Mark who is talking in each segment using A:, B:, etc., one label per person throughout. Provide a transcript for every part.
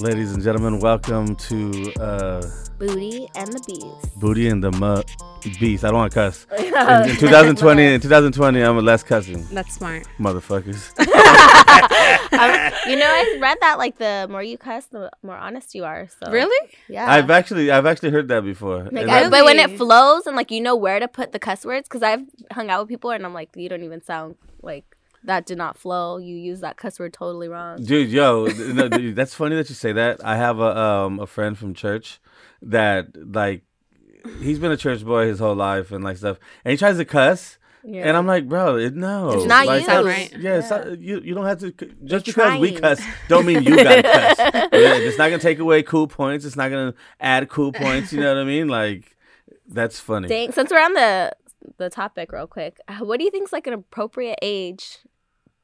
A: Ladies and gentlemen, welcome to uh,
B: Booty and the Bees.
A: Booty and the Mu- Beast. I don't want to cuss. In, in 2020, in 2020, I'm a less cussing,
C: That's smart.
A: motherfuckers.
B: I- you know, I read that like the more you cuss, the more honest you are. So
C: Really?
B: yeah.
A: I've actually, I've actually heard that before.
B: Like,
A: And
B: I-
A: I-
B: but when it
C: Really?
B: flows and like you know where to put the cuss words, because I've hung out with people and I'm like, you don't even sound like that did not flow. You use that cuss word totally wrong.
A: dude, yo, th- no, dude, that's funny that you say that. I have a um a friend from church that like he's been a church boy his whole life and like stuff, and he tries to cuss.
B: Yeah.
A: And I'm like, bro, it, no,
B: It's not
A: like,
B: you.
A: that's-
C: Right.
A: Yeah, It's
B: Yeah.
A: not, you you don't have to. c- Just
B: You're
A: because we
B: trying.
A: cuss, don't mean you got to cuss. Yeah, it's not gonna take away cool points. It's not gonna add cool points. You know what I mean? Like, that's funny.
B: Dang, since we're on the the topic real quick, uh, what do you think's like an appropriate age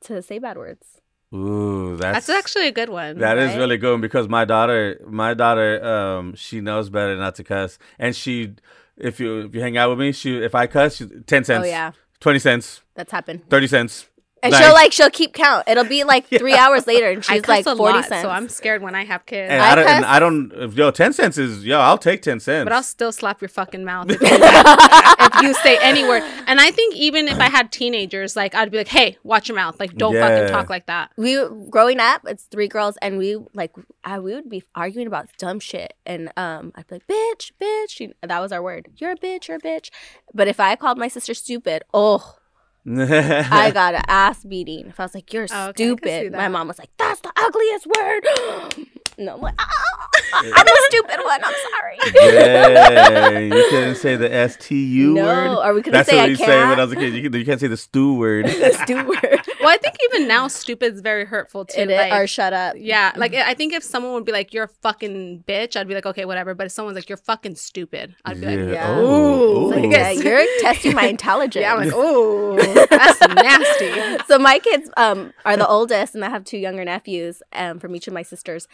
B: to say bad words?
A: Ooh, that's,
C: That's actually a good one.
A: That is
B: right?
A: really good because my daughter, my daughter, um, she knows better not to cuss, and she, if you if you hang out with me, she if I cuss, she, ten cents,
B: Oh yeah,
A: twenty cents,
B: that's happened.
A: thirty cents.
B: And
A: Like-
B: she'll like she'll keep count. It'll be like three hours later, and
C: I
B: she's
C: cuss
B: like
C: a
B: forty
C: lot,
B: cents.
C: so I'm scared when I have kids.
A: And
B: I
A: I, don't, and
B: cuss-
A: I don't, if, yo, ten cents is yo, I'll take ten cents.
C: but I'll still slap your fucking mouth if you, if you say any word. And I think even if I had teenagers, like I'd be like, "Hey, watch your mouth! Like, don't
A: Yeah.
C: fucking talk like that."
B: we growing up, it's three girls, and we like I, we would be arguing about dumb shit, and um, I'd be like, "Bitch, bitch," you that was our word. You're a bitch. You're a bitch. But if I called my sister stupid, oh, I got an ass beating. If I was like, "You're
C: Oh, okay, I can see
B: stupid," my
C: that.
B: mom was like, "That's the ugliest word." no, I'm like, oh, "I'm the stupid one. I'm sorry."
A: yeah, you couldn't say the S T U
B: no,
A: word.
B: or we couldn't
A: That's
B: say
A: what
B: I
A: you
B: can't.
A: say when I was a kid. You, can, you can't say the stew word.
B: the stupid.
C: Well, I think even now, stupid's very hurtful too.
B: It is- mm-hmm.
C: like-
B: or shut up.
C: yeah, like I think if someone would be like, "You're a fucking bitch," I'd be like, "Okay, whatever." But if someone's like, "You're fucking stupid," I'd be like,
B: yeah.
A: Oh,
C: Ooh.
A: oh.
B: Like, yeah,
C: Yes.
B: you're testing my intelligence.
C: "Yeah." I'm like, "Oh, that's nasty."
B: so my kids um are the oldest, and I have two younger nephews um, from each of my sisters,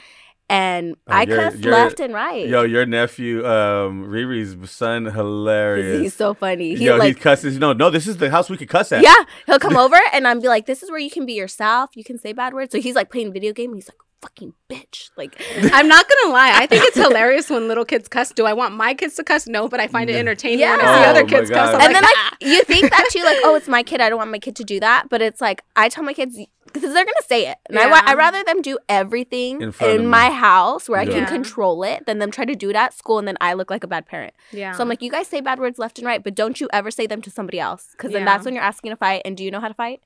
B: and
A: Oh,
B: I
A: you're-
B: cuss
A: you're-
B: left and right.
A: Yo, your nephew, um, Riri's son, hilarious.
B: he's so funny. He
A: Yo,
B: like.
A: he cusses. No, no, this is the house we could cuss at.
B: yeah, he'll come over and I'm be like, "This is where you can be yourself. You can say bad words." So he's like playing video game. And he's like, "Fucking bitch!" Like,
C: I'm not gonna lie. I think it's hilarious when little kids cuss. Do I want my kids to cuss? No, but I find it entertaining when I see
B: Yeah.
C: other
A: Oh,
C: kids
A: my
C: cuss.
A: God.
C: I'm
B: and
C: like, "Ah."
B: then like you think that too, like, "Oh, it's my kid. I don't want my kid to do that." But it's like I tell my kids because they're gonna say it, and I wa-
C: Yeah.
B: I rather them do everything
A: In
B: in,
A: front of me.
B: my house where I
A: Yeah.
B: can control it than them try to do it at school, and then I look like a bad parent.
C: yeah.
B: So I'm like, you guys say bad words left and right, but don't you ever say them to somebody else, because then
C: Yeah.
B: that's when you're asking to fight. And do you know how to fight?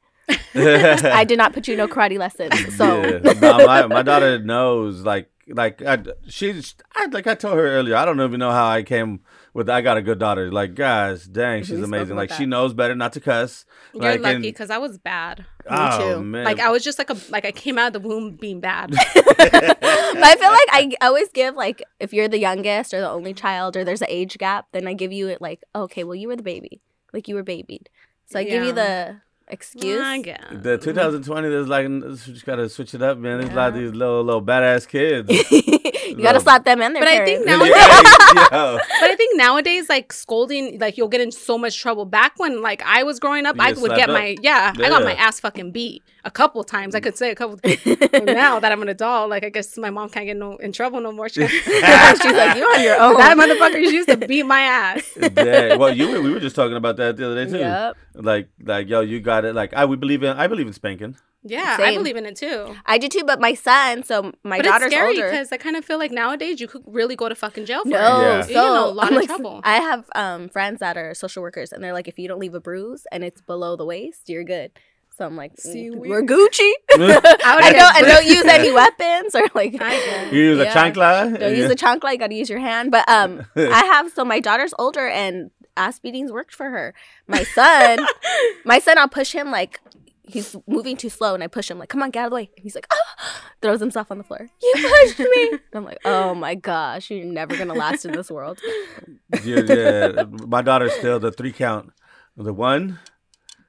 B: I did not put you in no karate lessons, so
A: Yeah. Nah, my, my daughter knows. Like, like I, she, I, like I told her earlier. I don't even know how I came with. I got a good daughter. Like, gosh, dang, she's
B: We spoke
A: amazing.
B: about
A: Like, she
B: that.
A: knows better not to cuss.
C: You're
A: like,
C: lucky
A: and-
C: because I was bad.
A: oh
B: too.
A: man,
C: Like I was just like a like I came out of the womb being bad.
B: but I feel like I always give like if you're the youngest or the only child or there's an age gap, then I give you it like okay, well you were the baby, like you were babied, so I give you the excuse.
C: I guess.
A: the 2020. There's like, n- just gotta switch it up, man. There's a lot of these little, little badass kids.
B: you gotta
A: Love.
B: slap them in there.
C: But I think
A: Yeah,
C: now-
A: yo.
C: But I think nowadays, like scolding, like you'll get in so much trouble. Back when, like I was growing up,
A: You
C: I
A: get
C: would
A: slapped
C: get my yeah, I
A: Yeah.
C: got my ass fucking beat a couple times. I could say a couple. now that I'm an adult, like I guess my mom can't get no in trouble no more. She- that
B: she's like you on your own.
C: motherfucker she used to beat my ass.
A: Yeah, well, you were- we were just talking about that the other day too.
B: Yep.
A: Like, like, yo, you got it. Like, I we believe in. I believe in spanking.
C: Yeah, I
B: Same.
C: believe in it too.
B: I do too, but my son, so my
C: But it's
B: daughter's
C: scary
B: older.
C: because I kind of feel like nowadays you could really go to fucking jail for
B: No,
C: it.
A: Yeah.
B: so
C: You know, a lot
B: I'm
C: of
B: like-
C: trouble.
B: I have um, friends that are social workers, and they're like, if you don't leave a bruise and it's below the waist, you're good. So I'm like,
C: See,
B: mm,
C: we-
B: we're Gucci.
C: I
B: I
C: would
B: don't,
C: get
B: and don't use any weapons or like,
C: I get
A: You use a
B: Yeah.
A: chancla.
B: don't use a chancla. You got to use your hand. But um, I have so my daughter's older, and ass beatings worked for her. My son, my son, I'll push him like. He's moving too slow, and I push him like, "Come on, get out of the way." And he's like, "Oh!" Throws himself on the floor. You pushed me. and I'm like, "Oh my gosh, you're never gonna last in this world."
A: yeah, yeah. My daughter's still the three count. The one,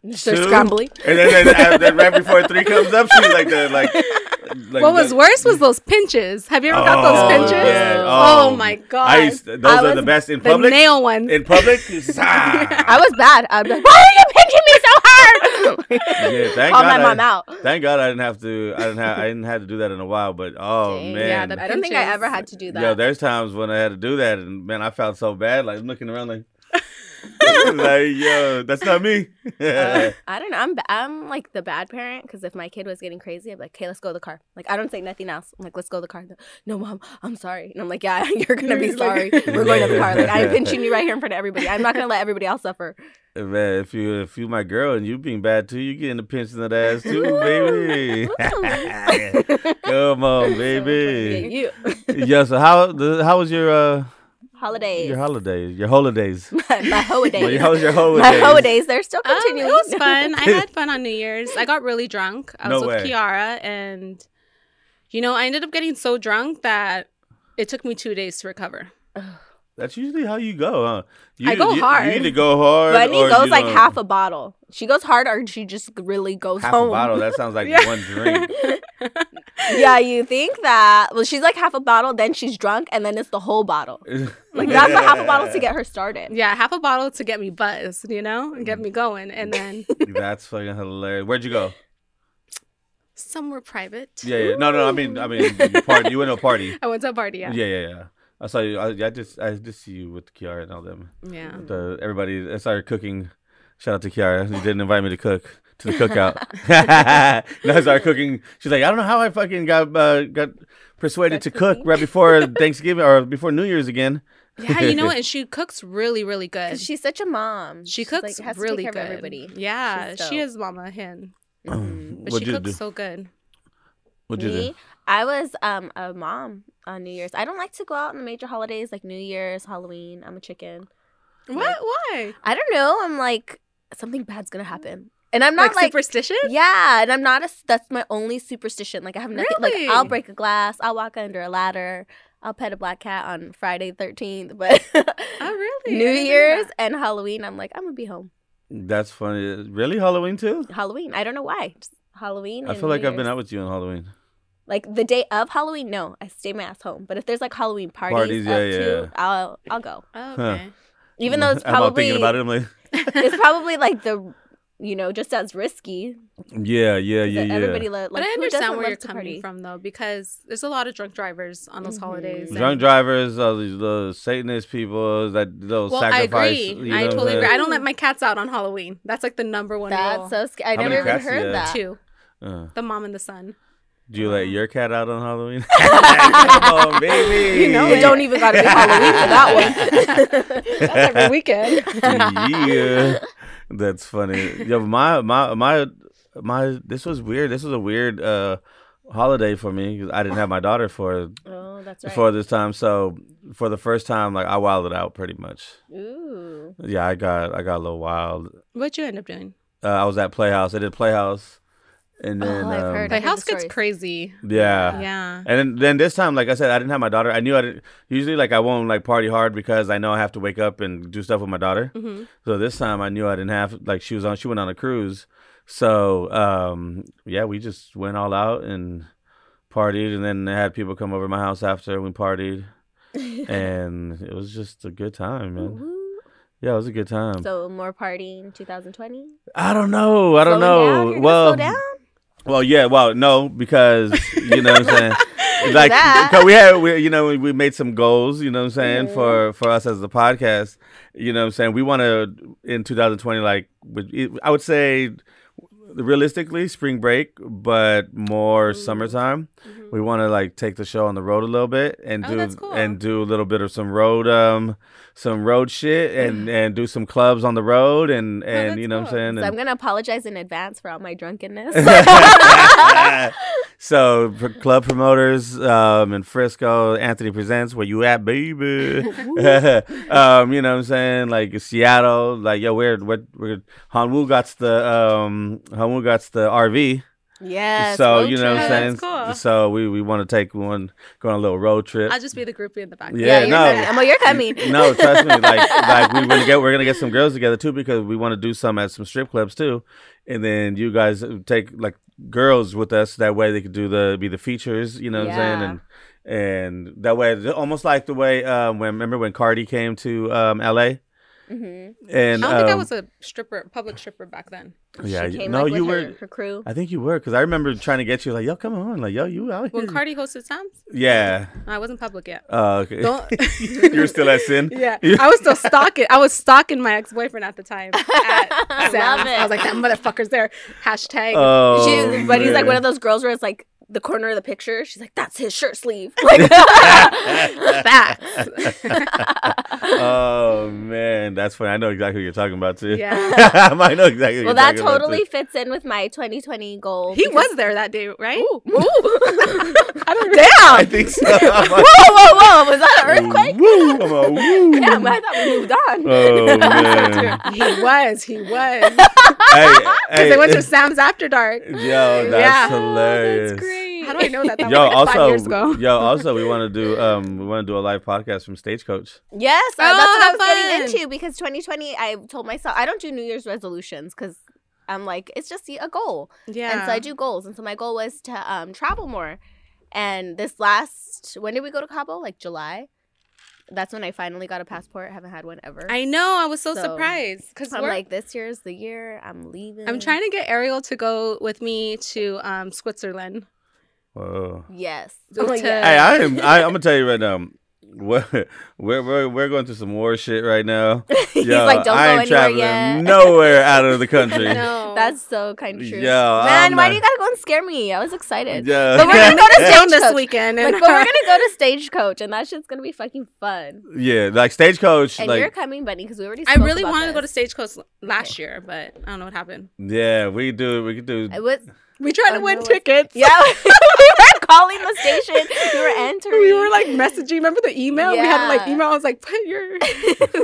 B: They're
A: Two.
B: scrambling.
A: and then, then, and then right before three comes up, she's like the like. like
C: what was
A: the-
C: worse was those pinches. Have you ever
A: Oh,
C: got those pinches?
A: yeah.
C: Oh,
A: Oh,
C: my god.
A: I used those
B: I
A: are
B: was
A: the best in
C: the
A: public.
C: nail one.
A: in public, zah.
B: I was bad. I'd be like, why are you pinching me so hard? Like,
A: Yeah, thank
B: call
A: God
B: my mom
A: I-
B: out.
A: Thank God I didn't have to. I didn't have. I didn't have to do that in a while. But oh
B: Dang.
A: man,
C: Yeah, the
B: I don't think I
C: pinches.
B: ever had to do that.
A: Yo, there's times when I had to do that, and man, I felt so bad. Like looking around, like, like yo, that's not me.
B: Uh, I don't know. I'm ba- I'm like the bad parent because if my kid was getting crazy, I'd be like, "Okay, let's go to the car." Like I don't say nothing else. I'm like, "Let's go to the car." They're, No, mom, I'm sorry. And I'm like, "Yeah, you're gonna be
C: You're like-
B: sorry. We're going to the car. Like I'm pinching you right here in front of everybody. I'm not gonna let everybody else suffer."
A: man, if you if you my girl and you being bad too, you getting the pinch in that ass too, baby. Come on,
B: Yeah,
A: baby.
B: you
A: yeah. So how the, how was your uh
B: holidays.
A: your holidays? Your holidays.
B: my holidays.
A: How was your
B: my
A: holidays?
B: holidays. They're still
C: Um,
B: continuing.
C: it was fun. I had fun on New Year's. I got really drunk. I was
A: No
C: with
A: way.
C: Kiara, and you know, I ended up getting so drunk that it took me two days to recover.
A: That's usually how you go, huh? You,
C: I go
A: you,
C: hard.
A: You either go hard.
B: Bunny
A: or
B: goes
A: you
B: like
A: don't-
B: half a bottle. She goes hard, or she just really goes
A: half
B: home.
A: a bottle. That sounds like
C: Yeah.
A: one drink.
B: yeah, you think that? Well, she's like half a bottle, then she's drunk, and then it's the whole bottle. Like that's a half a bottle to get her started.
C: Yeah, half a bottle to get me buzzed, you know, and get me going, and then
A: That's fucking hilarious. Where'd you go?
C: somewhere private.
A: Yeah, yeah. No, no. I mean, I mean, you party. You went to a party.
C: I went to a party.
A: Yeah,
C: Yeah,
A: yeah, yeah. I saw you. I, I just, I just see you with Kiara and all them.
C: yeah.
A: The, everybody. I started cooking. Shout out to Kiara. She didn't invite me to cook to the cookout. no, I started cooking. She's like, I don't know how I fucking got uh, got persuaded to cook right before Thanksgiving or before New Year's again.
C: Yeah, you know, what? and she cooks really, really good.
B: 'Cause she's such a mom.
C: she
B: She's, has
C: cooks
B: to take
C: really
B: care
C: good.
B: Of everybody.
C: Yeah,
B: She's dope.
C: she is Mama Hen, but
A: Mm-hmm. What'd
C: she
A: you
C: cooks
A: do?
C: so good.
A: What'd you do?
B: Me, I was um a mom on New Year's. I don't like to go out on the major holidays like New Year's, Halloween. I'm a chicken.
C: What? Why?
B: I don't know. I'm like something bad's gonna happen, and I'm
C: Like,
B: not like.
C: superstitious?
B: yeah, and I'm not a. s- That's my only superstition. Like I have nothing.
C: Really?
B: Like I'll break a glass. I'll walk under a ladder. I'll pet a black cat on Friday 13th. But
C: Oh, really? I
B: New
C: didn't know
B: Year's
C: that.
B: and Halloween, I'm like I'm gonna be home.
A: That's funny. Really, Halloween too?
B: Halloween. I don't know why. Just Halloween.
A: I
B: and
A: feel like
B: New
A: I've been
B: Year's.
A: out with you on Halloween.
B: Like the day of Halloween, no, I stay my ass home. But if there's like Halloween parties,
A: Parties,
B: up
A: yeah,
B: to,
A: yeah.
B: I'll I'll go.
C: Oh,
A: Huh.
C: okay.
B: Even though it's
A: I'm all
B: probably
A: thinking about it. I'm like,
B: it's probably like the you know just as risky.
A: yeah, yeah,
B: 'cause
A: yeah, yeah.
B: Everybody lo- like
C: But I
B: who doesn't
C: understand where
B: love
C: you're
B: to
C: coming
B: party?
C: from, though, because there's a lot of drunk drivers on those
B: Mhm.
C: holidays. and-
A: Drunk drivers, all these little Satanist people, that little
C: Well, I
A: sacrifice.
C: agree.
A: you know
C: I
A: what I'm
C: totally
A: saying?
C: agree. I don't let my cats out on Halloween. That's like the number one
B: That's
C: rule.
B: so scary. I
A: How
B: never
A: many
B: even
A: cats do you have?
B: heard that.
C: Two,
A: Uh,
C: the mom and the son.
A: do you let your cat out on Halloween? Come on, baby.
B: You know, it don't even gotta be Halloween for that one.
C: That's every weekend.
A: yeah, that's funny. Yo, my my my my. This was weird. This was a weird uh, holiday for me 'cause I didn't have my daughter for
B: oh, that's right.
A: for this time. So for the first time, like I wilded out pretty much.
B: Ooh,
A: Yeah, I got I got a little wild.
C: What'd you end up doing?
A: Uh, I was at Playhouse. I did Playhouse, and
B: Oh,
A: then
B: I've
A: um,
B: heard. I
C: The house
B: the
C: gets
B: stories.
C: crazy.
A: yeah.
C: Yeah.
A: And then, then this time, like I said, I didn't have my daughter. I knew I didn't, usually like I won't like party hard because I know I have to wake up and do stuff with my daughter.
C: hmm
A: So this time I knew I didn't have like she was on she went on a cruise. So um yeah, we just went all out and partied and then I had people come over to my house after we partied and um, it was just a good time, man.
B: Ooh.
A: Yeah, it was a good time.
B: So more partying 2020.
A: I don't know. I don't know.
B: well,
A: well, well, yeah, well, no, because you know what I'm saying. like
B: that.
A: because we had we, you know we- we made some goals you know what i'm saying
B: Mhm.
A: for for us as the podcast you know what i'm saying we want to in 2020 like with- it- i would say realistically spring break but more
B: Mm.
A: summertime we want to like take the show on the road a little bit and
C: Oh,
A: do
C: that's cool.
A: and do a little bit of some road um some road shit and and do some clubs on the road and and
C: Oh, that's
A: you know what
C: cool.
A: i'm saying
B: So
A: and-
B: I'm gonna apologize in advance for all my drunkenness.
A: so pr- club promoters um, in Frisco, Anthony presents where you at, baby. um, you know what I'm saying? Like Seattle, like yo, we're we're, we're Hanwoo got the um Hanwoo got the RV.
B: yes.
A: so
B: road
A: you know what I'm
B: trip.
C: trip.
A: saying.
C: That's cool.
A: So we we want to take one, go on a little road trip.
C: I'll just be the groupie in the back.
A: Yeah,
B: you're
A: no.
B: coming. Emma, you're coming.
A: no, trust me. Like, like we're gonna get we're gonna get some girls together too because we want to do some at some strip clubs too, and then you guys uh, take like girls with us. That way they could do the be the features. You know what I'm
B: Yeah.
A: saying? And and that way, almost like the way um, when remember when Cardi came to um, L.A.
B: hmm
C: I
A: And
C: don't think I
A: um,
C: was a stripper, public stripper back then.
A: Yeah,
B: she
A: you-
B: came,
A: no,
B: like,
A: you
B: with
A: were.
B: her, her crew.
A: I think you were because I remember trying to get you like, yo, come on, like, yo, you out here?
B: Hmm.
C: When Cardi hosted Sam's,
A: yeah.
C: No, I wasn't public yet.
A: Uh, okay.
C: Don't-
A: you were still at sin.
C: Yeah,
A: You-
C: I was still stalking. I was stalking my ex boyfriend at the time. At
B: I
C: Sam's.
B: love it.
C: I was like, that motherfucker's there. Hashtag.
A: Oh,
B: she, but he's like
A: man.
B: one of those girls where it's like the corner of the picture. She's like, "That's his shirt sleeve." Like,
A: oh man, that's funny. I know exactly what you're talking about too.
C: yeah.
A: I know exactly. What you're
B: well, that
A: talking about,
B: totally
A: too.
B: fits in with my 2020 goal.
C: He
B: because-
C: was there that day, right?
B: Ooh, ooh.
C: I don't remember.
A: I
B: Damn!
A: think so. I'm
B: Whoa,
A: like,
B: whoa, whoa! Was that an earthquake?
A: Woo! I'm a woo.
B: Damn, I thought we moved on.
A: Oh man.
C: He was. He was.
A: hey, hey,
C: Because they went to Sam's After Dark.
B: Oh,
A: Yo, that's
C: Yeah.
A: hilarious.
C: How do I know that? That
A: Yo,
C: was like five years
A: also,
C: ago.
A: yo, also, we want to do, um, we want to do a live podcast from Stagecoach.
B: Yes, uh, that's what
C: Oh,
B: I
C: have
B: was getting
C: fun.
B: into because 2020. I told myself I don't do New Year's resolutions because I'm like it's just a goal.
C: Yeah.
B: And so I do goals. And so my goal was to um, travel more. And this last, when did we go to Cabo? Like July? That's when I finally got a passport. I haven't had one ever.
C: I know. I was so,
B: So,
C: surprised because
B: so I'm like, this year's the year. I'm leaving.
C: I'm trying to get Ariel to go with me to um, Switzerland.
A: Whoa.
B: Yes.
C: Oh,
B: Like,
C: to-
B: yeah.
A: Hey, I am. I, I'm gonna tell you right now. We're, we're we're we're going through some war shit right now.
B: He's
A: Yo,
B: like, don't
A: I
B: go
A: ain't
B: anywhere
A: traveling
B: yet.
A: nowhere out of the country.
C: No.
B: That's so kind of true.
A: Yo, I'm
B: Man, why
A: not-
B: do you gotta go and scare me? I was excited.
A: Yeah.
B: But we're gonna go to
C: down
B: Stagecoach.
C: this weekend.
B: Like,
C: And
B: but we're gonna go to Stagecoach, and that shit's gonna be fucking fun.
A: yeah, like stagecoach.
B: And
A: like
B: you're coming, Bunny, because we already.
C: I
B: spoke
C: really
B: about
C: wanted to go to
B: this.
C: Stagecoach l- last year, but I don't know what happened.
A: yeah, we do. We could do.
B: I was
C: We tried
B: Oh,
C: to win
B: no, it's-
C: tickets.
B: Yeah, we were calling the station. We were entering.
C: We were like messaging. Remember the email? We had like
B: Yeah.
C: email. I was like, put your.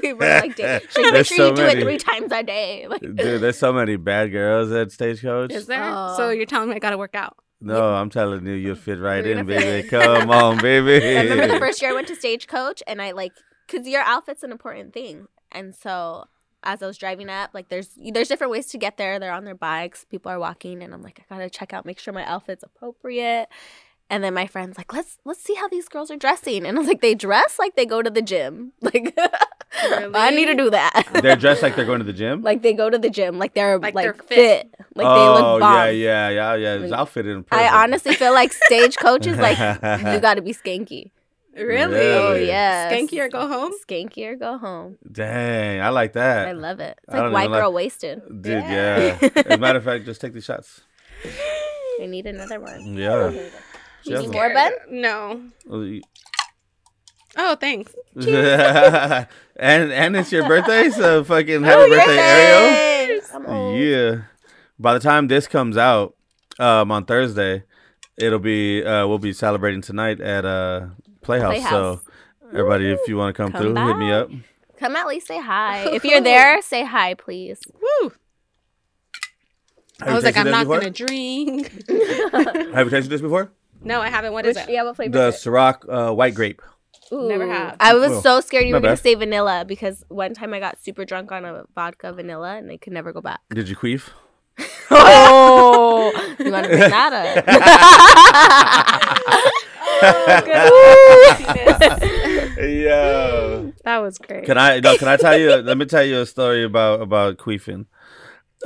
B: we were like, "Dang, should make
A: There's
B: sure
A: so
B: you do
A: many.
B: it three times a day. Like,
A: Dude, there's so many bad girls at stagecoach.
C: Is there?
B: Oh.
C: So you're telling me I gotta work out.
A: No, I'm telling you, you'll fit right
B: You're
A: in,
B: gonna
A: baby.
B: fit in.
A: Come on, baby.
B: I remember the first year I went to Stagecoach, and I like, cause your outfit's an important thing, and so. As I was driving up, like there's there's different ways to get there. They're on their bikes, people are walking, and I'm like, I gotta check out, make sure my outfit's appropriate. And then my friend's like, let's let's see how these girls are dressing. And I was like, they dress like they go to the gym. Like, I need to
C: Really?
B: do that.
A: They're dressed like they're going to the gym.
B: Like they go to the gym, like they're like,
C: Like they're
B: fit.
C: fit.
B: like
A: oh,
B: they look bomb.
A: yeah, yeah, yeah, yeah. His
B: Like,
A: outfit in perfect.
B: I honestly feel like stagecoach is like you got to be skanky.
C: Really?
B: Oh
A: Really?
B: yeah,
C: Skanky or go home?
B: Skanky or go home.
A: Dang, I like that.
B: I love it. It's
A: I
B: like
A: don't
B: white
A: even like-
B: girl wasted.
A: Dude,
C: Yeah.
A: yeah. As a matter of fact, just take these shots.
B: We need another one.
A: Yeah.
B: You need
A: Just-
B: more, Ben?
C: No. Oh, thanks.
A: and and it's your birthday, so fucking
B: Oh,
C: Oh,
A: happy birthday, Ariel.
B: I'm
A: Oh.
B: old.
A: Yeah. By the time this comes out, um, on Thursday, it'll be uh, we'll be celebrating tonight at uh Playhouse. So
B: Playhouse.
A: everybody, if you want to come,
B: Come
A: through, hit me
B: by.
A: up.
B: Come at least say hi. If you're there, say hi, please.
C: Woo.
A: Have
C: I
A: you
C: was like,
A: tasted this
C: I'm not
A: before?
C: gonna drink.
A: Have you tasted this before?
C: No, I haven't. What is
B: Which,
C: it?
B: yeah, what flavor?
A: The
B: is
A: Ciroc uh, white grape.
B: it?
C: never
B: Ooh.
C: have.
B: I was
A: Oh,
B: so scared you
A: my
B: were gonna
A: bad.
B: say vanilla because one time I got super drunk on a vodka vanilla and I could never go back.
A: Did you queef?
B: Oh, you want to bring that up? Oh,
A: Yeah.
C: That was great.
A: Can I no, can I tell you let me tell you a story about about queefing.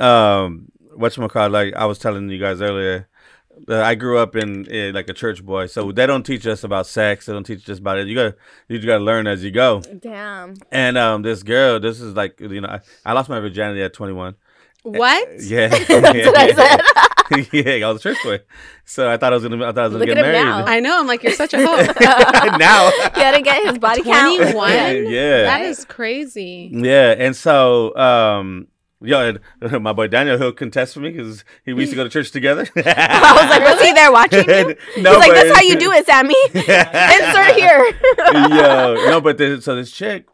A: Um whatchamacallit, like I was telling you guys earlier. that I grew up in, in like a church boy, so they don't teach us about sex. They don't teach us about it. You gotta, you just gotta learn as you go.
B: Damn.
A: And um, this girl, this is like, you know, I, I lost my virginity at 21.
C: what?
A: uh, Yeah,
B: That's what I said.
A: yeah, I was a church boy, so I thought I was gonna, I thought I was gonna
B: Look
A: get
B: at him
A: married.
B: now.
C: I know. I'm like, you're such a hoe.
A: now.
B: You gotta get his body count.
C: 21? What?
A: yeah.
C: that is crazy.
A: Yeah. And so, um, yo, and my boy Daniel, he'll contest for me because he we used to go to church together.
B: I was like, was he there watching you?
A: no,
B: He's like,
A: but-
B: that's how you do it, Sammy. Insert here.
A: uh, Yo, no, but this, so this chick,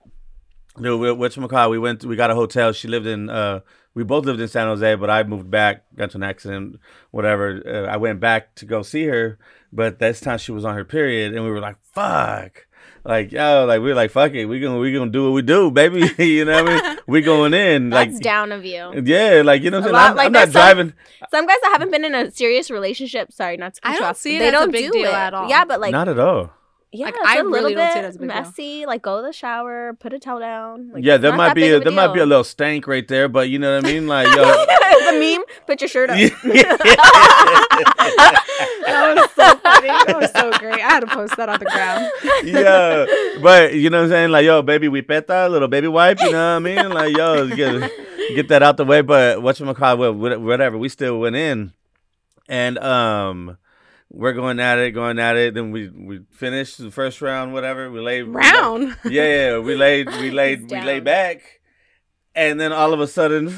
A: dude, we, which McCall, we went, we got a hotel. She lived in, uh, we both lived in San Jose, but I moved back, got to an accident, whatever. Uh, I went back to go see her, but this time she was on her period, and we were like, fuck. Like yo, like we were like fuck it, we gonna we gonna do what we do, baby. you know what I mean? We going in,
B: That's
A: like
B: down of you.
A: yeah, like you know what I'm saying.
B: A lot-
A: I'm,
B: like,
A: I'm not
B: there's some-
A: driving.
B: Some guys that haven't been in a serious relationship, sorry, not to cut
C: I
B: you
C: don't
B: off,
C: see it
B: they
C: as a
B: don't
C: big
B: do
C: deal
B: it.
C: at all.
B: Yeah, but like
A: not at all.
B: Yeah,
C: Like,
B: it's a
C: I
B: little
C: really
B: bit
C: don't see it as a big deal.
B: messy. Like go to the shower, put a towel down. Like,
A: yeah,
B: it's
A: there
B: not
A: might
B: that
A: be
B: big
A: a,
B: of
A: there might be uh, a
B: deal.
A: little stank right there, but you know what I mean? Like, yo,
B: the meme. Put your shirt on.
C: That was so funny. That was so great. I had to post that on the ground.
A: yeah. But you know what I'm saying? Like, yo, baby whipeta, little baby wipe, you know what I mean? Like, yo, get, get that out the way. But whatchamacallit, whatever, we still went in. And um we're going at it, going at it. Then we we finished the first round, whatever. We laid
C: Round.
A: Yeah, yeah. We laid we laid we laid
B: down.
A: back. And then all of a sudden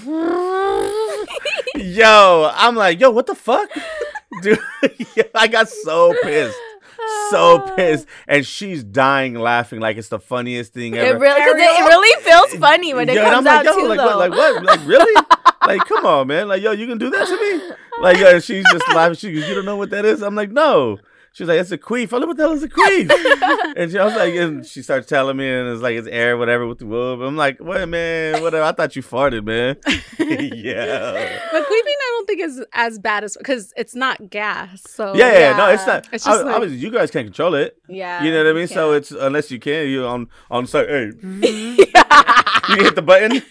A: Yo, I'm like, yo, what the fuck? Dude, I got so pissed so pissed, and she's dying laughing like it's the funniest thing
B: It
A: ever.
B: really, 'cause it, it really feels funny when it
A: Yeah,
B: comes
A: and I'm
B: out
A: like, yo,
B: too,
A: like
B: though.
A: what, like what, like really, like come on, man, like yo, you can do that to me, like yo, and she's just laughing. She goes, you don't know what that is. I'm like, no. She's like, it's a queef. I'm like, what the hell is a queef? and she, I was like, and she starts telling me, and it's like it's air, whatever, with the whoop. I'm like, what, man, whatever. I thought you farted, man. yeah.
C: But queefing, I don't think is as bad as because it's not gas. So
A: yeah, yeah, no, it's
B: Oh, yeah.
A: not.
C: It's just
A: I-
C: like-
A: obviously, you guys can't control it.
B: yeah,
A: You know what I mean? So
B: can't.
A: it's unless you can, you on on so hey, you hit the button.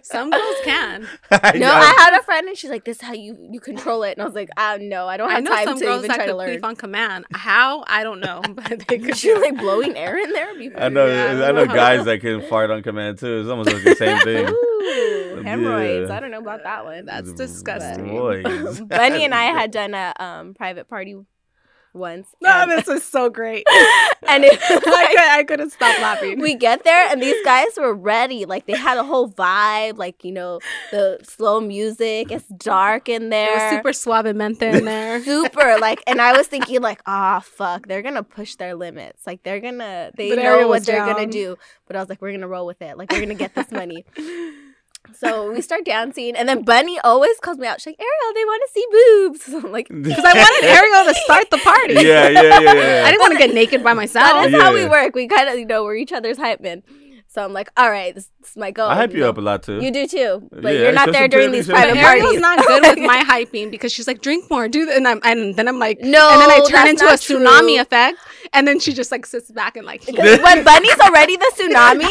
C: some girls can.
B: no, I had a friend and she's like, "This is how you you control it," and I was like, "Ah, no, I don't
C: I
B: have
C: know
B: time
C: some
B: to
C: girls
B: even
C: that
B: try
C: could
B: to learn."
C: queef on command. How I don't know, but they could.
B: She's like blowing air in there. It'd be
A: I know.
C: Yeah, I don't
A: I know
C: know.
A: guys that can fart on command too. It's almost like the same thing. Mm,
B: Ooh, hemorrhoids.
A: Yeah.
B: I don't know about that one.
C: That's disgusting.
A: Boys.
B: Bunny and I had done a um, private party once.
C: No,
B: and-
C: this is so great.
B: and it
C: I,
B: was like,
C: could, I couldn't stop laughing.
B: we get there and these guys were ready. Like they had a whole vibe, like you know, the slow music. It's dark in
C: It
B: there.
C: was super suavemente in there.
B: super like and i was thinking like ah fuck they're gonna push their limits like they're gonna they
C: But
B: know
C: Ariel
B: what
C: was
B: they're gonna
C: down.
B: do but i was like we're gonna roll with it like we're gonna get this money so we start dancing and then bunny always calls me out she's like ariel they want to see boobs so i'm like
C: Because I wanted Ariel to start the party.
A: Yeah, yeah, yeah. yeah.
C: I didn't want to get naked by
B: that
C: myself.
B: is how we
A: Oh, Yeah.
B: work we kind of you know we're each other's hype men so i'm like all right this, this might go
A: I hype you up a
B: know.
A: lot too.
B: you do too but
A: Yeah,
B: you're not
A: show
B: there
A: some
B: during
A: titties,
B: these
A: show some
C: But
B: private
A: titties.
C: Ariel's
B: parties
C: not good with my hyping because she's like, drink more, do this. And, I'm, and then I'm like,
B: no
C: and then I turn
B: Oh, that's
C: into a
B: not true.
C: tsunami effect. And then she just like sits back and like,
B: Because when Bunny's already the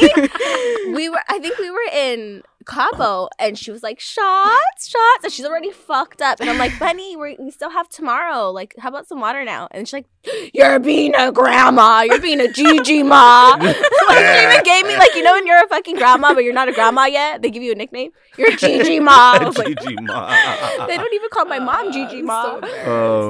B: tsunami, we were I think we were in Cabo and she was like, shots, shots, and she's already fucked up. And I'm like, Bunny, we we still have tomorrow. Like, how about some water now? And she's like, You're being a grandma, you're being a Gigi Ma. like she even gave me like, you know, when you're a fucking grandma, but you're not a grandma yet, they give you a nickname. You're Gigi Ma. I was like,
A: GG
B: they
A: ma.
B: don't even call my mom Gigi
C: I'm
B: Ma.
C: Ah, so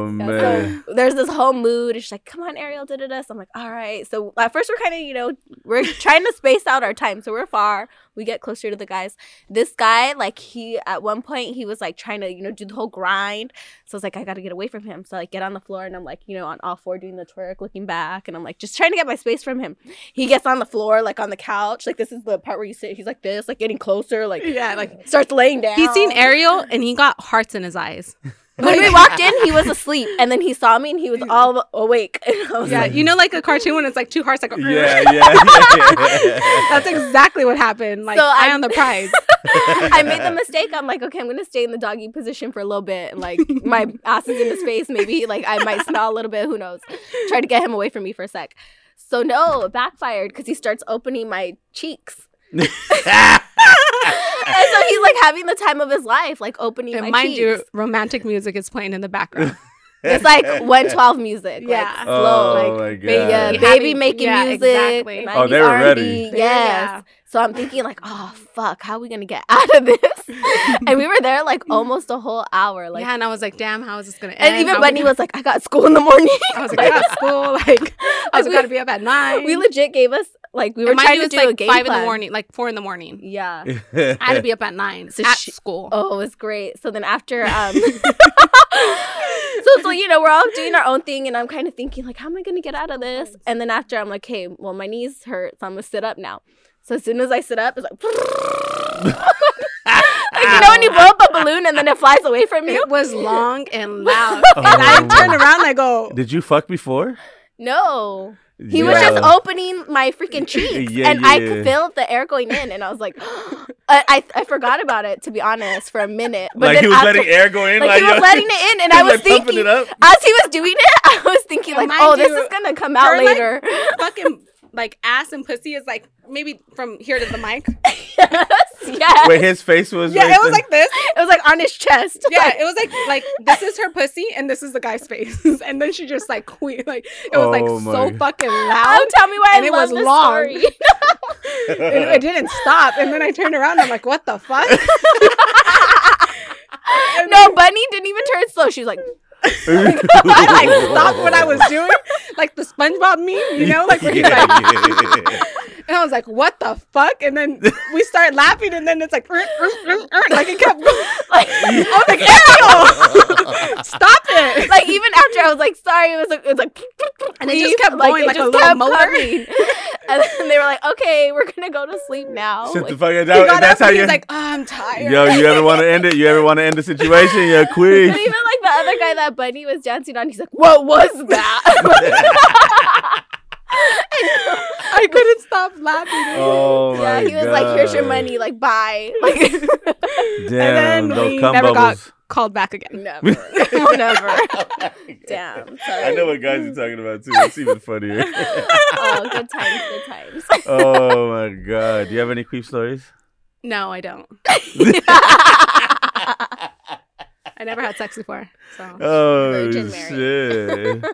C: embarrassed.
A: Oh
B: Yeah,
A: man.
B: So there's this whole mood. And she's like, "Come on, Ariel, da da da." So I'm like, "All right." So at first we're kind of, you know, we're trying to space out our time. So we're far. We get closer to the guys. This guy, like, he at one point he was like trying to, you know, do the whole grind. So I was like, I got to get away from him. So I get on the floor and I'm like, you know, on all four doing the twerk, looking back, and I'm like just trying to get my space from him. He gets on the floor, like on the couch. Like this is the part where you sit. He's like this, like getting closer, like
C: yeah, like
B: starts laying down.
C: he's seen Ariel and he got hearts in his eyes.
B: When we walked in, he was asleep, and then he saw me, and he was all awake. And I was
C: Yeah,
B: like,
C: you know, like a cartoon when it's like two hearts, like,
A: Yeah, yeah, yeah.
C: that's exactly what happened. Like,
B: So
C: I
B: I'm-
C: on the prize.
B: I made the mistake. I'm like, okay, I'm gonna stay in the doggy position for a little bit, and like my ass is in his face. Maybe like I might smell a little bit. Who knows? Try to get him away from me for a sec. So no, it backfired because he starts opening my cheeks. And so he's like having the time of his life, like opening
C: And
B: my
C: mind
B: cheeks.
C: you, romantic music is playing in the background.
B: it's like 112 music.
C: Yeah.
B: like, uh, slow.
A: Oh
C: like,
A: my god.
C: baby,
B: yeah,
C: Having-
B: baby making
C: yeah,
B: music.
C: exactly.
A: Oh, they were
B: 90s
A: ready.
B: R&B, Yes.
C: Yeah.
B: So I'm thinking like, oh fuck, how are we gonna get out of this? and we were there like almost a whole hour, like.
C: yeah, and I was like, damn, how is this gonna end?
B: And even
C: How
B: Bunny
C: we-
B: was like, I got school in the morning.
C: I was like, I got school. Like, I
B: Like,
C: was
B: we-
C: gotta be up at nine.
B: we legit gave us like we were
C: And mind
B: trying
C: you,
B: to
C: it's
B: do
C: like
B: a game
C: five in
B: plan.
C: the morning, like four in the morning.
B: Yeah.
C: I had to be up at nine
B: So
C: at
B: she-
C: school.
B: Oh, it was great. So then after um So so you know, we're all doing our own thing and I'm kind of thinking like how am I going to get out of this? And then after I'm like, "Hey, well my knees hurt, so I'm going to sit up now." So as soon as I sit up, it's like Like you know when you blow up a balloon and then it flies away from you?
C: It was long and loud.
A: Oh.
C: and I turned around and I go,
A: Did you fuck before?
B: No. He was
A: Yeah.
B: just opening my freaking cheeks,
A: Yeah,
B: and I
A: yeah.
B: could feel the air going in, and I was like, I, I, I forgot about it to be honest for a minute. But
A: like
B: then
A: he was
B: after-
A: letting air go in.
B: like, he was letting it in, and
A: he
B: I was
A: like pumping
B: thinking
A: it up.
B: as he was doing it, I was thinking
C: And
B: like,
C: mind
B: oh, this
C: you,
B: is gonna come out
C: her, like,
B: later.
C: fucking like ass and pussy is like maybe from here to the mic.
B: yes, yes.
A: Wait, his face was.
C: Yeah,
A: right
C: it was
A: there.
C: like this.
B: it was like on his chest.
C: Yeah,
B: like,
C: it was like like this is her pussy and this is the guy's face, and then she just like que- like it was like
A: Oh
C: so
A: my-
C: fucking loud.
B: oh, tell me why
C: and
B: I
C: it
B: love
C: was
B: this
C: long.
B: story.
C: and it didn't stop, and then I turned around. and I'm like, what the fuck? And
B: no, Bunny didn't even turn slow. She was like,
C: I like stopped what I was doing, like the SpongeBob meme, you know, like where he's
A: Yeah,
C: like,
A: yeah, yeah.
C: and I was like, what the fuck? And then we started laughing, and then it's like, "Er, er, er, er," like it kept going.
B: like,
C: I was like, Ariel, stop it!
B: like even after I was like, sorry, it was like, it was like,
C: And it just kept going like a little motor.
B: coming. and then they were like, okay, we're gonna go to sleep now.
A: Shut
B: Like,
A: the fuck up.
C: He
A: That,
C: got
A: that's
C: up
A: how
C: and he
A: you.
C: was like, oh, I'm tired.
A: yo, you ever want to end it? You ever want to end the situation? Yeah,
B: but
A: quick.
B: even like the other guy that Bunny was dancing on, he's like, what was that?
C: I couldn't stop laughing.
A: Oh my
B: yeah, he was
A: God.
B: like, here's your money, like bye. Like
A: Damn,
C: and then
A: those
C: we
A: cum
C: never
A: bubbles.
C: got called back again.
B: never, never. Damn.
A: I know what guys you're talking about too. It's even funnier.
B: Oh, good times, good times.
A: oh my god. Do you have any creep stories?
C: No, I don't. I never had sex before, so
A: Oh
B: Virgin
A: shit.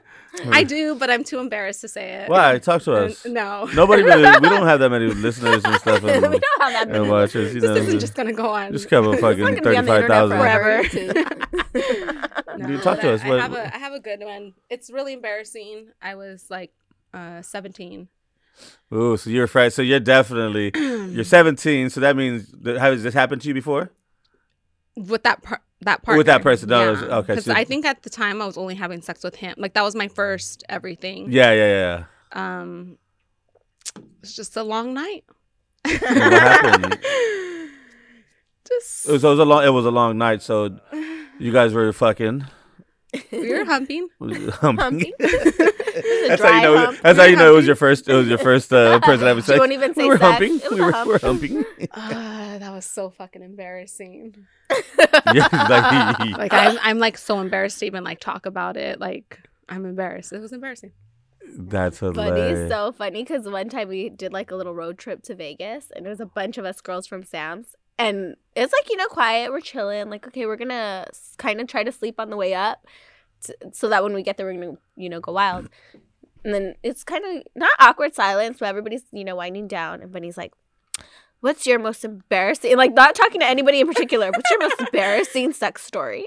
C: I do, but I'm too embarrassed to say it.
A: Why? Talk to
C: And-
A: us.
C: No,
A: Nobody really. We don't have that many listeners and stuff
B: we
A: and,
B: don't have that
A: and
B: many.
A: watchers. You
C: this
A: know,
C: isn't
A: just,
C: just gonna go on.
A: just cover
B: not
A: fucking
B: gonna be on the
A: thirty-five thousand.
B: internet
C: forever.
B: Too.
A: Dude, talk
C: but
A: to
C: I-
A: us.
C: I,
A: What-
C: have a, I have a good one. It's really embarrassing. I was like uh, 17.
A: Ooh, so you're fresh. So you're definitely you're 17. So that means that, has this happened to you before?
C: with that par- that partner.
A: With that person, no, it was- okay,
C: Because
A: so-
C: I think at the time I was only having sex with him. Like that was my first
B: Mm-hmm.
C: everything.
A: Yeah, yeah,
C: Um, it's just a long night.
A: yeah. And what happened?
C: Just
A: It was, it was a long. It was a long night. So you guys were fucking.
C: we were humping.
A: humping.
B: Humping. It was a
A: That's how you
B: dry
A: know.
B: hump.
A: That's how you know it was your first. It was your first uh, person having
B: She
A: sex.
B: won't even say
A: we were
B: sex.
A: humping.
B: It was
A: we
B: a
A: were,
B: hump.
A: we were humping.
C: Ah, that was so fucking embarrassing.
A: yeah, like,
C: Like I'm, I'm like so embarrassed to even like talk about it. Like I'm embarrassed. It was embarrassing.
A: that's
B: Bunny's
A: hilarious.
B: so funny because one time we did like a little road trip to Vegas, and there was a bunch of us girls from Sam's, and it's like you know, quiet. We're chilling. Like, okay, we're gonna kind of try to sleep on the way up, t- so that when we get there, we're gonna you know go wild. And then it's kind of not awkward silence, but everybody's you know winding down, and Bunny's like. What's your most embarrassing? and, Like not talking to anybody in particular. What's your most embarrassing sex story?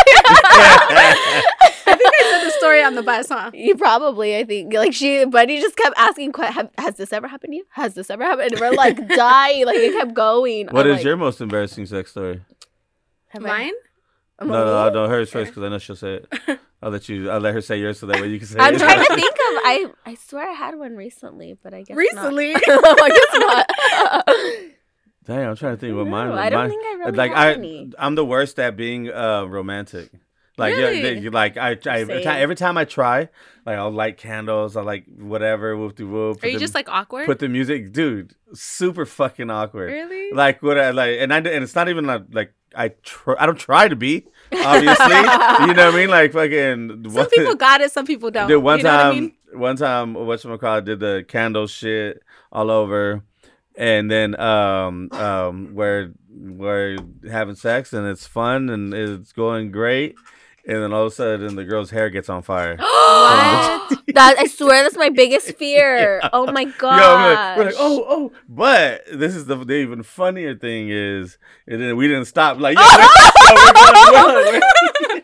C: I think I said the story on the bus, huh?
B: You probably, I think, like she, Buddy just kept asking, que- have, "Has this ever happened to you? Has this ever happened?" And we're like, "Die!" Like it kept going.
A: What
B: I'm
A: is
B: like,
A: your most embarrassing sex story?
B: "Have I-
C: Mine.
B: am
A: No,
B: I
A: no, I'll
B: weird?"
A: know hers first because I know she'll say it. I'll let you. I'll let her say yours so that way you can say.
B: I'm
A: it.
B: trying to think of. I I swear I had one recently, but I guess not.
C: Recently.
B: I guess
A: Damn, I'm trying to think
B: not.
A: what mine.
B: No,
A: was.
B: I don't
A: Mine-
B: think I really
A: like
B: had
A: I,
B: any.
A: I'm the worst at being uh, romantic. Like yeah,
C: Really?
A: they- you- like I, I every,
B: Same.
A: time, every time I try, like I'll light candles, I like whatever, whoop de whoop.
C: Are you just like awkward?
A: put the music, dude? Super fucking awkward.
C: really?
A: Like what I like, and I and it's not even like like I tr- I don't try to be obviously. you know what I mean? Like fucking.
C: Some
A: what-
C: people got it, some people don't.
A: Dude, one
C: you know
A: time,
C: what I mean?
A: one time, whatchamacallit did the candle shit all over, and then um um we're we're having sex and it's fun and it's going great, and then all of a sudden the girl's hair gets on fire.
B: What? that I swear that's my biggest fear. Oh my
A: Yo,
B: god.
A: we're like, we're like, oh, oh, but this is the, the even funnier thing is, it didn't, we didn't stop. Like, yeah, we're- we're- we're-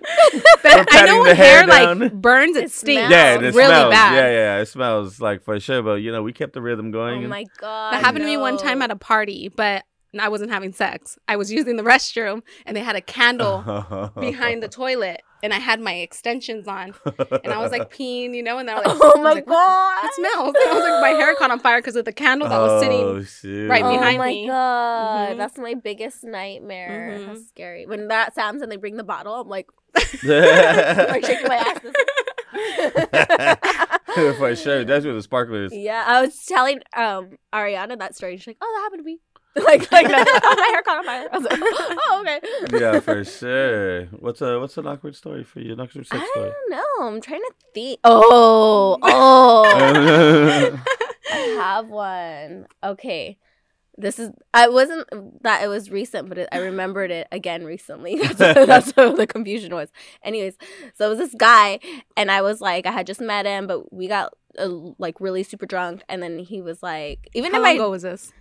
C: But I
A: patting
C: know
A: the
C: when
A: hair
C: hair, like
A: down.
C: burns, it
B: It
C: stinks.
B: smells.
A: yeah, and it
C: really
A: smells.
C: bad.
A: Yeah, yeah, it smells like for sure. But you know, we kept the rhythm
B: Oh
A: going. and-
B: my god.
C: That happened to me one
B: no.
C: time at a party, but I wasn't having sex. I was using the restroom and they had a candle behind the toilet and I had my extensions on and I was like peeing, you know, and they were like,
B: Oh
C: I was
B: my
C: like, "What the-
B: god.
C: It smells. And I was like, my hair caught on fire because of the candle that
A: Oh,
C: was sitting.
A: sitting
C: right behind
B: oh my
C: me.
B: god,
C: Mhm.
B: that's my biggest nightmare.
C: Mhm.
B: That's scary. When that sounds and they bring the bottle, I'm like, like
A: behind.
B: shaking my ass.
A: For sure. That's where the sparkler is.
B: Yeah, I was telling um Ariana that story. She's like, "Oh, that happened to me." like, like no, my hair caught on fire. I was like, "Oh, okay."
A: Yeah, for sure. What's a what's an awkward story for you? An awkward sex
B: I
A: story.
B: don't know. I'm trying to think. Oh, oh, I have one. Okay, this is. I wasn't that it was recent, but it, I remembered it again recently. that's, that's what the confusion was. Anyways, so it was this guy, and I was like, I had just met him, but we got uh, like really super drunk, and then he was like, even
C: How
B: if
C: long
B: I
C: ago was this?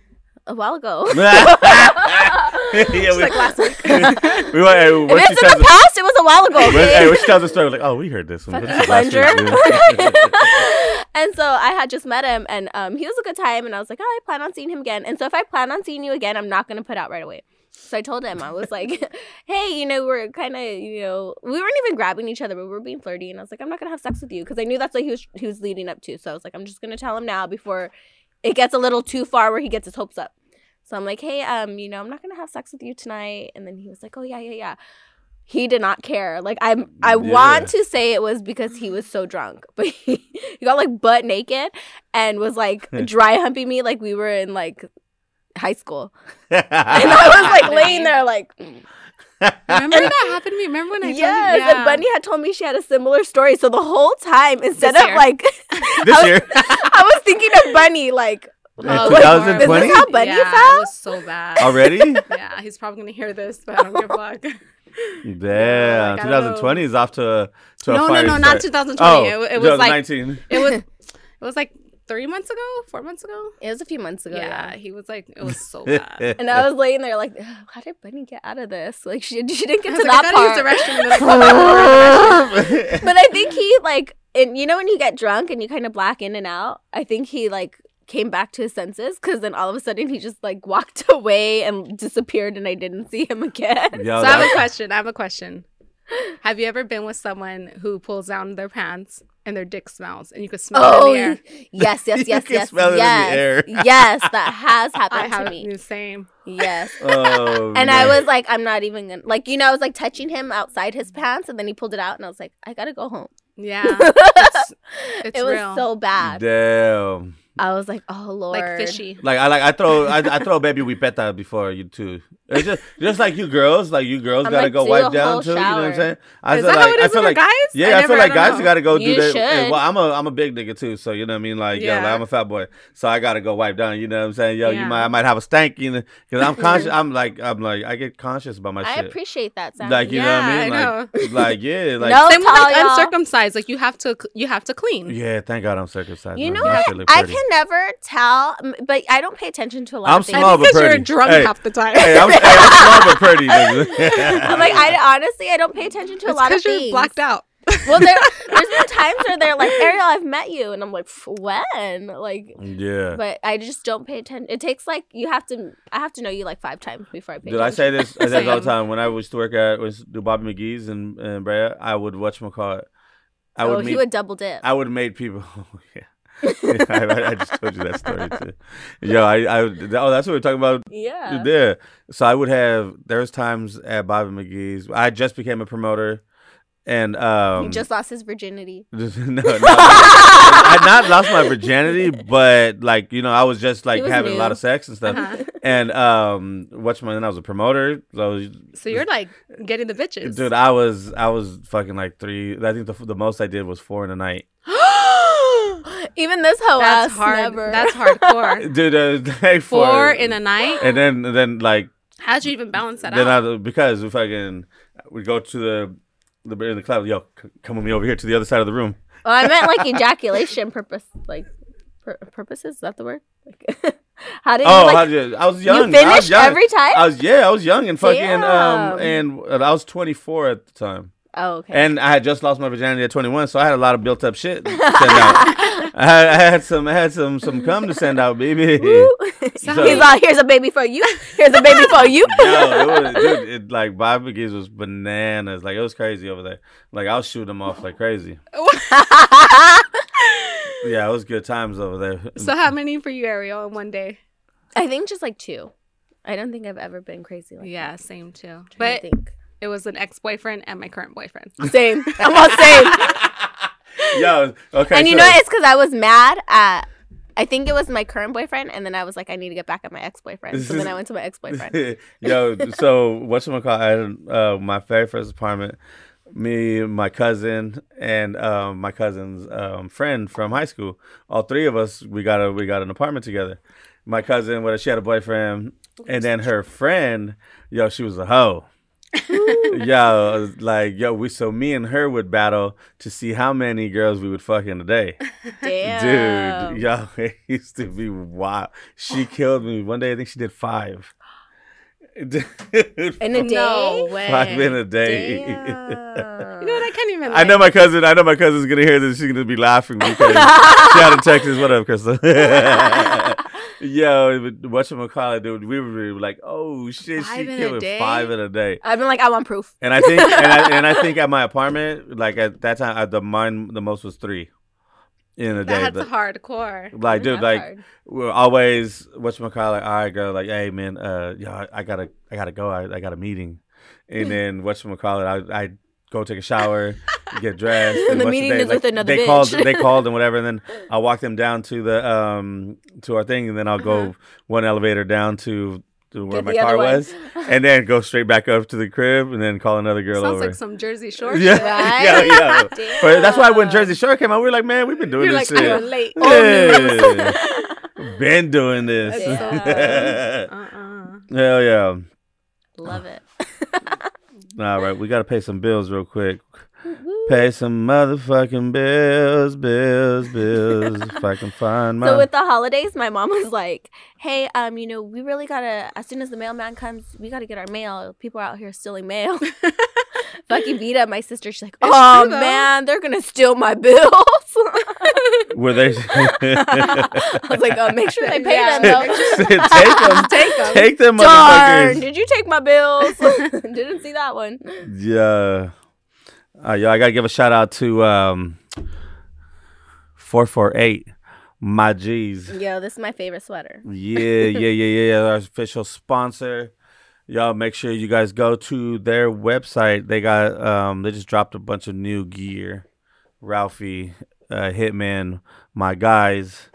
B: a while ago.
A: yeah, we,
C: Just like last week.
A: we went. Hey,
B: If
A: when she
B: it's in
A: tells
B: the
A: the-
B: past, it was a while ago.
A: when- hey,
B: okay?
A: when she tells the story, we're like, oh, we heard this one. This is last
B: plunger.
A: week, yeah.
B: and so I had just met him, and um, he was a good time, and I was like, oh, I plan on seeing him again. And so if I plan on seeing you again, I'm not gonna put out right away. So I told him I was like, hey, you know, we're kind of, you know, we weren't even grabbing each other, but we were being flirty, and I was like, I'm not gonna have sex with you because I knew that's what he was he was leading up to. So I was like, I'm just gonna tell him now before it gets a little too far where he gets his hopes up. So I'm like, hey, um, you know, I'm not gonna have sex with you tonight. And then he was like, oh yeah, yeah, yeah. He did not care. Like I'm, I
A: Yeah.
B: want to say it was because he was so drunk, but he, he got like butt naked and was like dry humping me like we were in like high school, and I was like laying there like
C: Remember that happened to me? Remember when I told you?
B: yes. And Bunny had told me she had a similar story. So the whole time, instead
C: This
B: of
C: year.
B: like, I,
A: this
B: was,
A: year,
B: I was thinking of Bunny like.
C: Oh,
A: Uh,
B: wait,
A: 2020?
B: is this how Bunny
C: yeah,
B: felt?
C: It was so bad.
A: Oh, already.
C: yeah, he's probably gonna hear this, but I don't give a fuck.
A: Damn,
C: Like, I don't
A: 2020 is off to a, to a
C: no, no,
A: fiery
C: no, not
A: start.
C: 2020.
A: Oh,
C: it, it was like
A: 2019.
C: it was it was like three months ago, four months ago.
B: It was a few months ago.
C: yeah, he was like it was so bad.
B: And I was laying there like, "Ugh, how did Bunny get out of this? Like she, she didn't
C: I
B: get
C: was
B: to
C: like,
B: that
C: I gotta
B: part.
C: use the restroom. and then I called back.
B: but I think he like, and you know when you get drunk and you kind of black in and out. I think he like came back to his senses because then all of a sudden he just like walked away and disappeared, and I didn't see him again.
A: Yo,
C: so I have a
A: that-
C: question. I have a question. Have you ever been with someone who pulls down their pants and their dick smells and you could smell it in
B: Oh
C: the air?
B: yes, yes,
A: You
B: yes,
A: can
B: yes,
A: smell it in the air.
B: yes, yes. That has
C: I
B: happened to
C: have
B: me.
C: the same.
B: Yes.
A: oh,
B: And
A: man.
B: I was like, I'm not even gonna like, you know, I was like touching him outside his pants, and then he pulled it out, and I was like, I gotta go home.
C: Yeah, it's, it's
B: it was
C: real.
B: so bad.
A: Damn.
B: I was like, oh lord,
C: like fishy.
A: Like I like I throw I, I throw baby wipeta before you too. It's just just like you girls, like you girls
B: I'm
A: gotta
B: like,
A: go
B: do
A: wipe
B: the
A: down
B: whole
A: too. You know what I'm
B: shower.
A: saying? I
C: Is
A: feel
C: that how
A: like-
C: it
A: I
C: is
A: feel
C: with the
A: like-
C: guys?
A: Yeah, I,
C: never-
A: feel like
C: don't
A: guys
C: know.
A: gotta go do
B: You
A: that.
B: should.
A: And, well, I'm a I'm a big nigga too, so you know what I mean. Like, yo,
C: Yeah.
A: like, I'm a fat boy, so I gotta go wipe down. You know what I'm saying? Yo, you
C: Yeah.
A: might I might have a stank, you know, because I'm conscious. I'm like I'm like I get conscious about my
B: I
A: shit.
B: appreciate that. Sam.
A: Like you
C: Yeah,
A: know what
C: I
A: I mean? Like, like yeah, like
B: no,
C: Same with like
B: towel, y'all.
C: uncircumcised. Like you have to you have to clean.
A: yeah. Thank God I'm circumcised.
B: You
A: man.
B: know
A: My
B: what?
A: shit look
B: I
A: pretty.
B: can never tell, m- but I don't pay attention to a lot
A: I'm
B: of things.
A: small. No, but
C: because you're
A: pretty.
C: drunk
A: Hey.
C: half the time.
A: Hey, I'm, hey, I'm small but pretty. Nigga.
B: I'm like, I honestly, I don't pay attention to a
C: It's
B: lot of
C: 'cause you're
B: things.
C: blacked out.
B: Well, there, there's been times where they're like, Ariel, I've met you, and I'm like, "Pff, when? Like,
A: yeah.
B: but I just don't pay attention. It takes like you have to. I have to know you like five times before I pay.
A: Did I say this? I say this all the
C: Same.
A: time. When I used to work at was do Bobby McGee's and and Brea, I would watch my car. I
B: oh,
A: would
B: he
A: meet.
B: would double dip.
A: I would meet people. Oh, yeah. I, I- I just told you that story too. Yo, I, I would- oh that's what we are talking about
B: yeah.
A: there. So I would have there's times at Bobby McGee's. I just became a promoter, and um,
B: he just lost his virginity.
A: no, no. I had not lost my virginity, but like you know, I was just like
B: was
A: having a
B: new.
A: lot of sex and stuff.
C: Uh-huh.
A: And um, what's my? Then I was a promoter. So I was,
C: So you're like getting the bitches.
A: dude, I was I was fucking like three. I think the the most I did was four in a night.
B: Even this hoe
C: That's
B: ass
C: hard.
B: never.
C: That's hardcore.
A: Dude, uh, like
C: Four
A: four,
C: in a night.
A: and then then like
C: How'd you even balance that
A: then
C: out?
A: I because if I can, we go to the the in the club. Yo, c- come with me over here to the other side of the room.
B: Oh, I meant like ejaculation purpose, like pur- purposes. Is that the word? Like, how did
A: Oh,
B: you
A: how
B: like?
A: did, I was
B: You,
A: young. I was
B: finished
A: young.
B: every time.
A: I was yeah, I was young and fucking um
B: Damn.
A: and and I was 24 at the time.
B: oh, okay.
A: And I had just lost my virginity at 21, so I had a lot of built up shit to send out. I, had, I had some I had some some cum to send out, baby.
B: Woo.
A: So-
B: He's all, here's a baby for you. Here's a baby for you.
A: Yo, it was, dude, it, like Bobby Gibbs was bananas. Like it was crazy over there. Like I was shooting them off like crazy. Yeah, it was good times over there.
C: so how many for you, Ariel, in one day?
B: I think just like two. I don't think I've ever been crazy like
C: Yeah, same too.
B: that. I
C: But
B: think
C: it was an ex boyfriend and my current boyfriend.
B: same. I'm all same.
A: Yo, okay.
B: and you
A: so-
B: know what? It's because I was mad at. I think it was my current boyfriend, and then I was like, I need to get back at my ex boyfriend. So then I went to my ex boyfriend.
A: Yo, so what's my call? I had uh, my very first apartment. Me, my cousin, and um, my cousin's um, friend from high school. All three of us, we got a we got an apartment together. My cousin, what she had a boyfriend, and then her friend, yo, she was a hoe. yo, like yo, we so me and her would battle to see how many girls we would fuck in a day.
B: Damn.
A: Dude, yo, it used to be wild. She killed me. One day, I think she did five. Dude,
B: In a day.
C: No way.
A: five in a day.
B: Damn.
C: You know what? I can't even.
A: I know my cousin. I know my cousin's gonna hear this. She's gonna be laughing because shout out to Texas. What up, Crystal? Yo, what you call it, dude? We were like, oh shit,
C: Five
A: she
C: in a
A: killed me
C: day?
A: five in a day.
B: I've been like, I want proof.
A: And I think, and I, and I think at my apartment, like at that time, I, the mine the most was three in a day.
C: That's
A: But-
C: hardcore.
A: like, dude,
B: That's
A: like
B: hard.
A: we're always what's my call like all right girl like hey man uh yeah I, I gotta i gotta go I, I got a meeting and then what's my call it i i go take a shower get dressed
B: And the
A: what's
B: meeting
A: day-
B: is with another
A: they
B: bitch.
A: called they called and whatever and then i walk them down to the um to our thing and then i'll go one elevator down to, to where
B: Uh-huh. Get
A: my
B: the other
A: car
B: one.
A: was and then go straight back up to the crib and then call another girl
C: Sounds
A: over
C: like some Jersey Shore
A: yeah,
C: shit.
B: Right?
A: yeah, yeah.
B: Damn.
A: But that's why when Jersey Shore came out, we were like, man, we've been doing
C: You're like,
A: this shit.
C: I relate.
A: Yeah. Been doing this.
C: That's so
B: Yeah.
C: Uh-uh.
A: Hell yeah.
B: Love it.
A: All right, we got to pay some bills real quick. Pay some motherfucking bills, bills, bills. if I can find my.
B: So with the holidays, my mom was like, "Hey, um, you know, we really gotta. As soon as the mailman comes, we gotta get our mail. People are out here stealing mail. Fucking beat up my sister. She's like, oh
C: true, though.
B: man, they're gonna steal my bills.
A: Were they?
B: I was like, oh, make sure they pay
C: Yeah.
B: them though.
A: take them,
C: Take 'em.
A: take them,
B: Darn,
A: motherfuckers.
B: did you take my bills? Didn't see that one.
A: Yeah. Uh, yo, I gotta give a shout out to um, four four eight, my G's.
B: Yo, this is my favorite sweater.
A: Yeah, yeah, yeah, yeah, yeah. Our official sponsor. Y'all make sure you guys go to their website. They got um they just dropped a bunch of new gear. Ralphie, uh Hitman, my guys.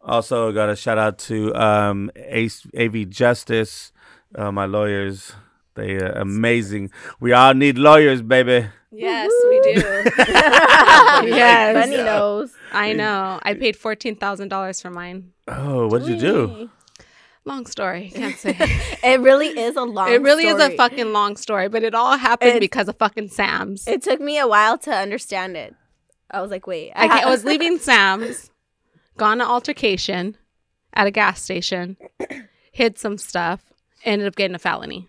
A: Also got a shout out to um Ace AV Justice, uh, my lawyers. They are amazing. We all need lawyers, baby.
C: Yes, we do.
B: yes, Bunny
A: Yeah.
B: knows.
C: I know. I paid fourteen thousand dollars for mine.
A: Oh, what'd you do?
C: Long story. Can't say.
B: It really is a long.
C: it really is a
B: story.
C: fucking long story, but it all happened
B: It's-
C: because of fucking Sam's.
B: It took me a while to understand it. I was like, wait,
C: I, ca-
B: ha-
C: I was leaving Sam's, gone to altercation at a gas station, hid some stuff, ended up getting a felony.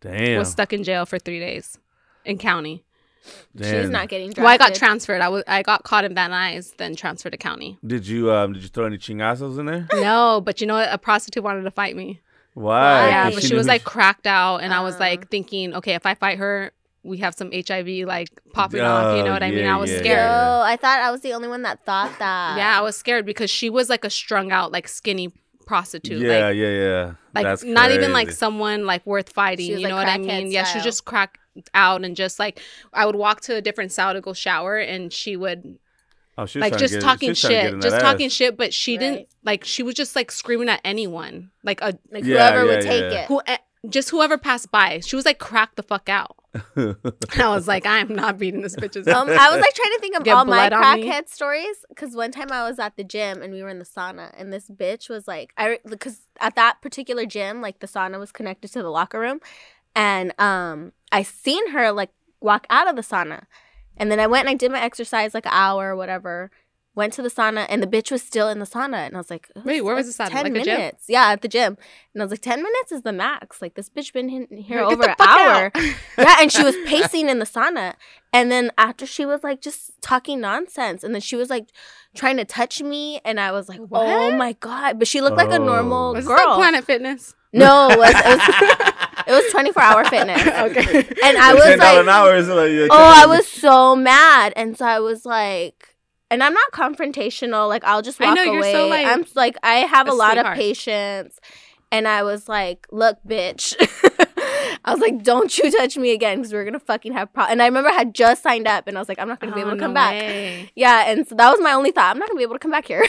A: Damn.
C: Was stuck in jail for three days in county.
B: She's not getting drafted.
C: Well, I got transferred. I was I got caught in Van Nuys, then transferred to county.
A: Did you um did you throw any chingazos in there?
C: No, but you know what? A prostitute wanted to fight me.
A: Why?
C: Yeah,
B: Right.
C: but
B: She
C: she was
A: knew-
C: like cracked out, and I was
B: Uh.
C: like thinking, okay, if I fight her, we have some HIV like popping off. You
A: Oh,
C: know what I mean?
A: yeah,
C: I was
A: yeah,
C: scared. Yeah.
A: yeah.
B: Yo, I thought I was the only one that thought
A: Uh,
B: that.
C: I was scared because she was like a strung out, like skinny prostitute.
A: Yeah,
C: like,
A: yeah, yeah.
C: like
A: That's
C: not even like
A: crazy.
C: someone like worth fighting.
B: She was,
C: you know
B: like,
C: what I
B: crackhead
C: mean? Yeah, she
B: style.
C: just cracked out and just like I would walk to a different cell to go shower, and she would
A: Oh, she was
C: like
A: trying to
C: just
A: get- she
C: talking
A: was trying to get
C: shit,
A: in
C: just
A: that
C: talking
A: ass.
C: shit. But she
B: Right.
C: didn't like she was just like screaming at anyone, like a
B: Like
A: Yeah,
B: whoever would
A: yeah,
B: take
A: yeah.
B: it.
C: who eh, just whoever passed by. She was like cracked the fuck out. And I was like, I am not beating this bitch's
B: Um,
C: ass.
B: I was like trying to think of
C: Get
B: all my
C: blood on me.
B: crackhead stories because one time I was at the gym and we were in the sauna and this bitch was like, I because at that particular gym like the sauna was connected to the locker room, and um I seen her like walk out of the sauna, and then I went and I did my exercise like an hour or whatever. Went to the sauna and the bitch was still in the sauna and I was like, "Oh,
C: Wait, where was
B: it's
C: the sauna?
B: 10
C: Like a
B: minutes.
C: gym?
B: Yeah, at the gym. And I was like, ten minutes is the max. Like this bitch been in here
C: Get
B: over
C: the
B: an
C: fuck
B: hour
C: out.
B: yeah, and she was pacing in the sauna. And then after she was like just talking nonsense, and then she was like trying to touch me, and I was like, "Oh
C: What?
B: my god!" But she looked like a
A: Oh.
B: normal
C: Was this
B: girl.
C: like Planet Fitness?
B: no, it was, it was it was twenty four hour fitness,
C: okay.
B: and I
A: For
B: was
A: $10
B: like,
A: an hour is like, yeah,
B: "Oh, I was so mad," and so I was like. And I'm not confrontational. Like I'll just
C: I
B: walk
C: know,
B: away.
C: you're so, like,
B: I'm like I have a
C: a
B: lot of
C: sweetheart.
B: patience, And I was like, look, bitch. I was like, don't you touch me again because we're going to fucking have problems. And I remember I had just signed up and I was like, I'm not going to be
C: Oh,
B: able to
C: no
B: come back.
C: way. Oh,
B: Yeah. And so that was my only thought. I'm not going to be able to come back here.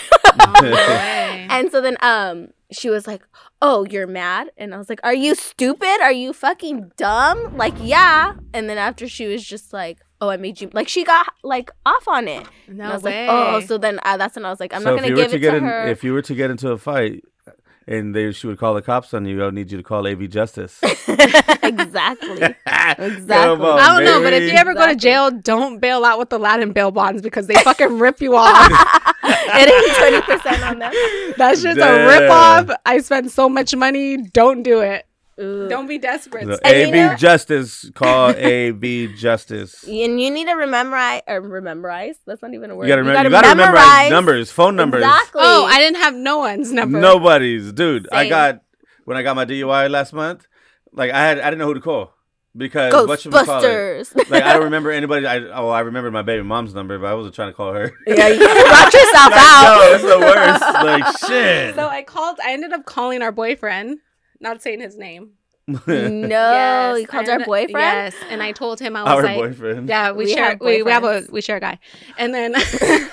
C: No way.
B: and so then um she was like, "Oh, you're mad?" And I was like, "Are you stupid? Are you fucking dumb?" Like, "Yeah." And then after she was just like, "Oh, I made you." Like she got like off on it. and
C: no
B: I was
C: way.
B: like, "Oh, so then I, that's when I was like, I'm
A: so if
B: not going
A: you
B: to
A: were
B: give
A: to
B: it
A: get
B: to
A: in,
B: her."
A: if you were to get into a fight, and they she would call the cops on you, I would need you to call AV Justice.
B: exactly.
A: Come on,
C: I don't know, but if
A: baby.
C: you ever go to jail, don't bail out with Aladdin bail bonds because they fucking rip you off.
B: it ain't 20% on them.
C: That's just
A: Damn.
C: a rip off. I spent so much money. Don't do it.
B: Ooh.
C: Don't be desperate.
A: The
B: And you know-
A: AV Justice, call AV Justice. You
B: And you need to memorize or memorize. That's not even a word.
A: gotta, remember, you gotta remember
B: memorize.
A: numbers, phone numbers,
B: Exactly.
C: Oh, I didn't have no one's number.
A: nobody's, dude. I
B: Same.
A: got when I got my DUI last month, like I had I didn't know who to call because what should we call it?
B: Ghostbusters.
A: Like I don't remember anybody. I oh I remembered my baby mom's number, but I wasn't trying to call her.
B: yeah, you brought yourself out.
A: no, that's the worst. Like shit.
C: So I called. I ended up calling our boyfriend, not saying his name.
B: no,
C: Oh, Yes,
B: you called
C: I
B: our
C: ended-
B: boyfriend.
C: Yes, and I told him I was
A: Our
C: like,
A: boyfriend.
C: yeah, we,
B: We
C: share
B: have
C: we, we have a
B: boyfriends.
C: we share a guy, and then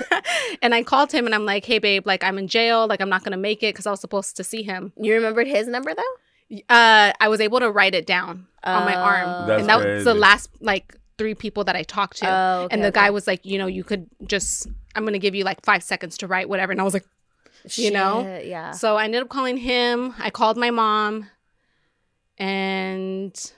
C: and I called him and I'm like, hey babe, like I'm in jail, like I'm not gonna make it because I was supposed to see him.
B: You remembered his number though?
C: Uh, I was able to write it down on my
B: Oh.
C: arm,
A: That's
C: and that was the
A: crazy.
C: last like three people that I talked to,
B: Oh,
C: and the guy was like, you know, you could just I'm gonna give you like five seconds to write whatever, and I was like. you know?
B: Shit, yeah.
C: So I ended up calling him. I called my mom, and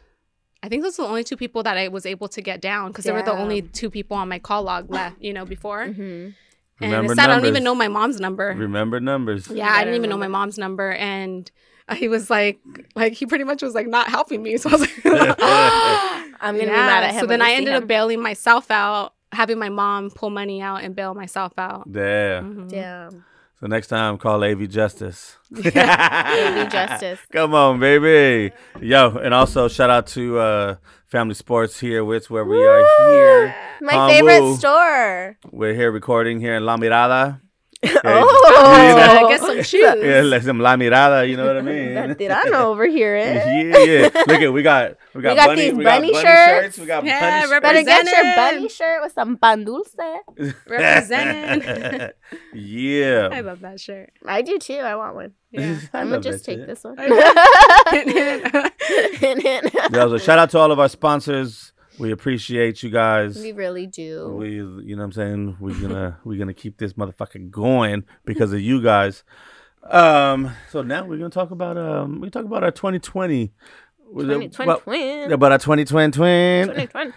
C: I think those are the only two people that I was able to get down because they were the
B: Damn.
C: only two people on my call log left, you know, before. And
B: Mhm.
A: Remember
C: it's sad I don't
A: numbers.
C: even know my mom's number.
A: Remember numbers.
C: yeah, I
B: Gotta
C: didn't even know my
B: remember.
C: mom's number, and he was like, like he pretty much was like not helping me. So I was like,
B: I'm gonna be mad at him.
C: So
B: when
C: then
B: we
C: I
B: see
C: ended up
B: him.
C: bailing myself out, having my mom pull money out and bail myself
A: Oh.
C: out.
A: Yeah.
C: Mhm.
B: Damn.
A: So next time, call AV Justice.
B: AV Justice.
A: Come on, baby. Yo, and also shout out to uh, Family Sports here. It's where we are here.
B: My
A: Kong
B: favorite
A: Wu.
B: store.
A: We're here recording here in La Mirada. Okay.
B: Oh,
C: Get some shoes.
A: Yeah, like some La Mirada, you know what I
B: that
A: mean?
B: Tirano over here. Eh?
A: yeah, yeah. Look at we got we got,
B: We got
A: bunny,
B: these
A: we
B: bunny
A: got bunny
B: shirts.
A: shirts. We got
C: Yeah,
A: bunny shirts.
B: Better get your
C: Represented.
B: bunny shirt with some pan dulce.
C: Represented. I
A: yeah.
C: love that shirt.
B: I do too. I want one.
C: Yeah.
A: I
B: I'm
A: love
B: gonna just
A: that
B: take
A: shit.
B: this one.
A: Yeah, so shout out to all of our sponsors. We appreciate you guys.
B: we really do.
A: We, you know what I'm saying? We're gonna we're gonna keep this motherfucker going because of you guys. Um, so now we're gonna talk about um, we talk about our 2020. Was it- well, about our 2020 twin.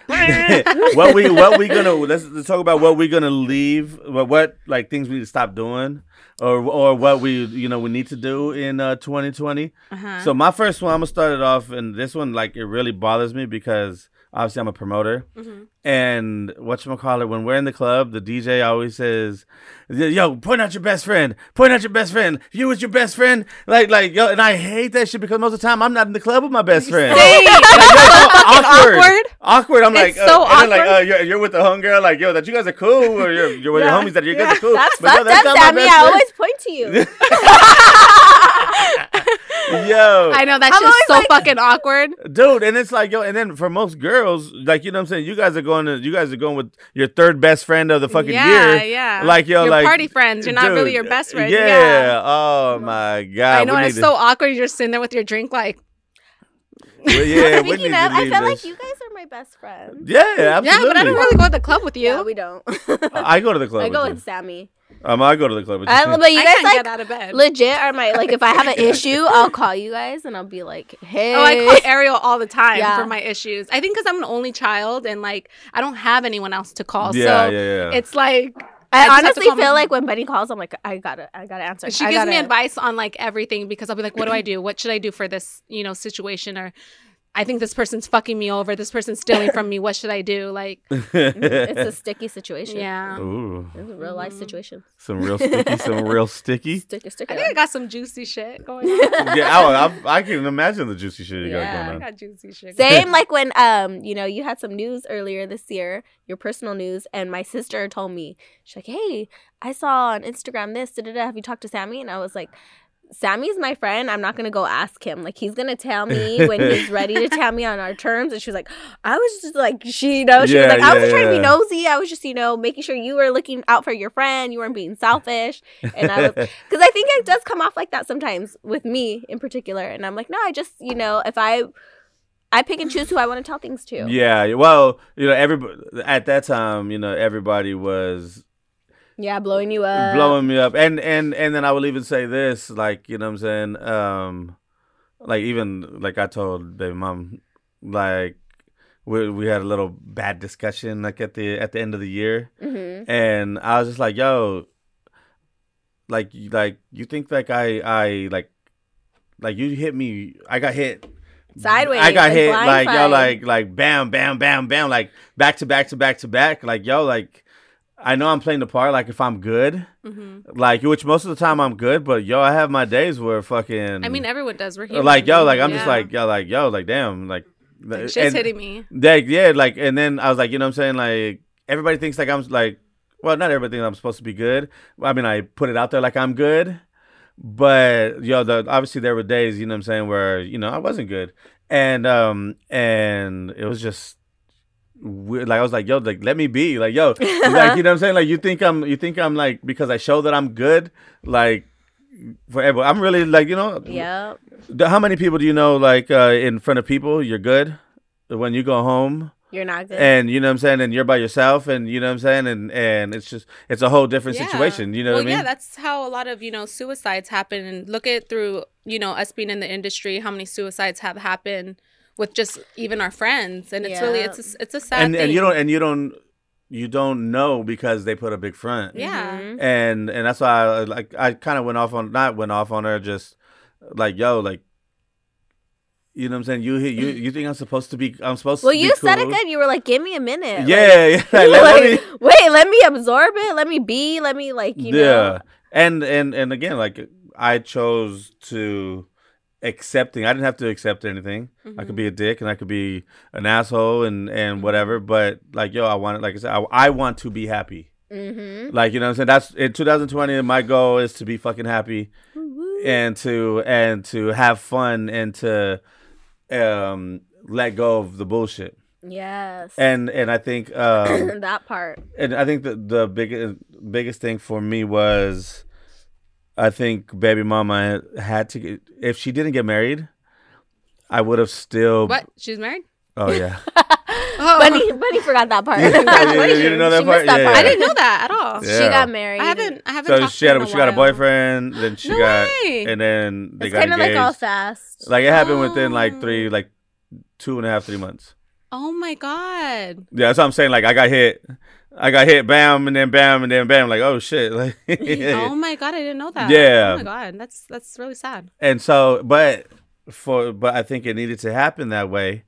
A: what we what we gonna let's, let's talk about what we're gonna leave what, what like things we need to stop doing or or what we you know we need to do in uh 2020
C: Uh-huh.
A: so my first one i'm gonna start it off and this one like it really bothers me because obviously i'm a promoter
C: Mhm.
A: and whatchamacallit, when we're in the club, the DJ always says, Yo, point out your best friend. Point out your best friend. You was your best friend. Like, like, yo, and I hate that shit because most of the time I'm not in the club with my best friend.
C: Hey,
A: Like, yo, it's so
C: fucking awkward.
A: Awkward. I'm like,
C: It's so
A: and they're
C: awkward.
A: Like, uh, you're, you're with the homegirl. Like, yo, that you guys are cool. Or you're, you're with
C: Yeah.
A: your homies that you
C: Yeah.
A: guys are cool.
B: That's
A: But yo,
B: fucked up,
A: not my
B: Sammy.
A: best
B: I
A: friend.
B: always point to you.
A: Yo.
C: I know that's
B: I'm
C: just so
B: always like-
C: fucking awkward.
A: dude and it's like yo and then for most girls like you know what i'm saying you guys are going to you guys are going with your third best friend of the fucking
C: yeah,
A: year
C: yeah.
A: like yo
C: Your
A: like
C: party friends. You're not really
A: dude,
C: your best friend.
A: yeah,
C: Yeah.
A: oh my god
C: I know
A: we
C: and
A: need
C: it's
A: to-
C: so awkward. You're just sitting there with your drink, like
A: well, yeah we need
B: Speaking
A: to
B: of, I
A: leave
B: feel
A: this.
B: like you guys are my best friends.
A: yeah absolutely
C: yeah, but I don't really go to the club with you.
B: Yeah, we don't.
A: I go to the club
B: I
A: with
B: go
A: you.
B: with Sammy.
A: um i go to the club with you.
B: I, Uh, but you
C: I
B: guys
C: can't
B: like
C: get out of bed.
B: legit are my like if I have an issue, I'll call you guys and I'll be like, hey.
C: Oh, I call Ariel all the time
B: Yeah.
C: for my issues. I think because I'm an only child and like I don't have anyone else to call.
A: yeah
C: so
A: yeah yeah
C: it's like I just
B: I
C: have to
B: honestly
C: call my
B: feel
C: mom.
B: like when Bunny calls, I'm like, I gotta, I gotta answer.
C: She
B: I
C: gives me
B: gotta-
C: advice on like everything because I'll be like, what do I do? What should I do for this, you know, situation? Or I think this person's fucking me over. This person's stealing from me. What should I do? Like,
B: It's a sticky situation.
C: yeah.
A: Ooh,
B: It's a real life
A: Mm-hmm.
C: Mhm.
B: situation.
A: some real sticky some real sticky
B: Sticky, sticky.
C: I think I got some juicy shit going on.
A: yeah I, I, I can imagine the juicy shit you got
C: yeah, I
A: going on
C: got juicy shit. going
B: Same like when um you know you had some news earlier this year, your personal news, and my sister told me she's like, hey, I saw on Instagram this. Da da da. Have you talked to Sammy? And I was like, Sammy's my friend. I'm not gonna go ask him. Like he's gonna tell me when he's ready to tell me on our terms. And she was like, I was just like, she you know, she was
A: Yeah,
B: like, I was
A: yeah,
B: just trying to be
A: yeah.
B: nosy. I was just you know making sure you were looking out for your friend. You weren't being selfish. And I was because I think it does come off like that sometimes with me in particular. And I'm like, no, I just you know if I I pick and choose who I want to tell things to.
A: yeah. Well, you know, everybody at that time, you know, everybody was
B: Yeah, blowing you up.
A: blowing me up and and and then i will even say this like you know what i'm saying um like even like i told baby mom like we we had a little bad discussion like at the at the end of the year
B: Mhm.
A: and i was just like yo like you- like you think like i i like like you hit me i got hit
B: Sideways,
A: I got
B: like
A: hit like yo,
B: blindsided.
A: like like bam, bam, bam, bam, like back to back to back to back. Like yo, like I know I'm playing the part. Like if I'm good,
C: hmm
A: like which most of the time I'm good, but yo, I have my days where fucking.
C: I mean, everyone does. We're human.
A: Mm. like yo, like I'm just
C: Yeah.
A: like yo, like yo, like damn, like,
C: Like, shit's
A: and-
C: hitting me.
A: like yeah, like and then I was like, you know what I'm saying? Like everybody thinks like I'm like well, not everybody thinks I'm supposed to be good. I mean I put it out there like I'm good. But yo, the obviously there were days, you know what I'm saying, where, you know, I wasn't good. And um and it was just weird. Like I was like, yo, like let me be. Like, yo, like you know what I'm saying? Like you think I'm you think I'm like because I show that I'm good, like forever. I'm really like, you know,
B: Yep.
A: th- how many people do you know like uh, in front of people you're good when you go home
B: You're not good.
A: and you know what I'm saying and you're by yourself and you know what I'm saying and and it's just it's a whole different
C: Yeah.
A: situation you know
C: well,
A: what I mean
C: yeah, that's how a lot of you know suicides happen. And look at through you know us being in the industry, how many suicides have happened with just even our friends, and it's really
B: Yeah.
C: it's a, s- it's a sad
A: and
C: thing.
A: and you don't and you don't you don't know because they put a big front
C: yeah.
B: Mhm.
A: and and that's why I like I kind of went off on not went off on her just like yo like you know what I'm saying you you you think I'm supposed to be I'm supposed
B: Well,
A: to be
B: you said it
A: cool.
B: good. You were like, "Give me a minute."
A: yeah yeah
B: Like,
A: like, let me-
B: like, wait, let me absorb it. Let me be. Let me like you know.
A: and and and again like i chose to accepting i didn't have to accept anything i
C: Mm-hmm.
A: could be a dick and i could be an asshole and and whatever but like yo i want like i said i, I want to be happy
B: Mm-hmm.
A: like you know what i'm saying that's in 2020 my goal is to be fucking happy
B: Mm-hmm.
A: and to and to have fun and to um let go of the bullshit
B: Yes.
A: and and i think um
B: that part.
A: and I think the the biggest biggest thing for me was, I think baby mama had to get if she didn't get married, I would have still.
C: Mm-hmm. What? She's married?
A: Oh yeah,
C: Oh,
B: Bunny, Bunny forgot that part.
A: you, didn't know that
B: She
A: part. yeah,
B: missed that part.
A: yeah.
C: I didn't know that at all.
A: Yeah.
B: She got married.
C: I haven't. I haven't.
A: So
C: talked
A: she
C: to her
A: had a,
C: in
A: she got a
C: while.
A: boyfriend, then she
C: No
A: got,
C: way.
A: and then they
B: It's
A: got
B: kind of
A: engaged.
B: like all
A: Like,
B: fast.
A: it happened within like
C: Oh.
A: three, like two and a half, three months.
C: Oh my god.
A: Yeah, that's what I'm saying. Like I got hit, I got hit, bam, and then bam, and then bam. Like oh shit, like
C: Oh my god. I didn't know that.
A: Yeah.
C: Oh my god. That's that's really sad.
A: and so but for but i think it needed to happen that way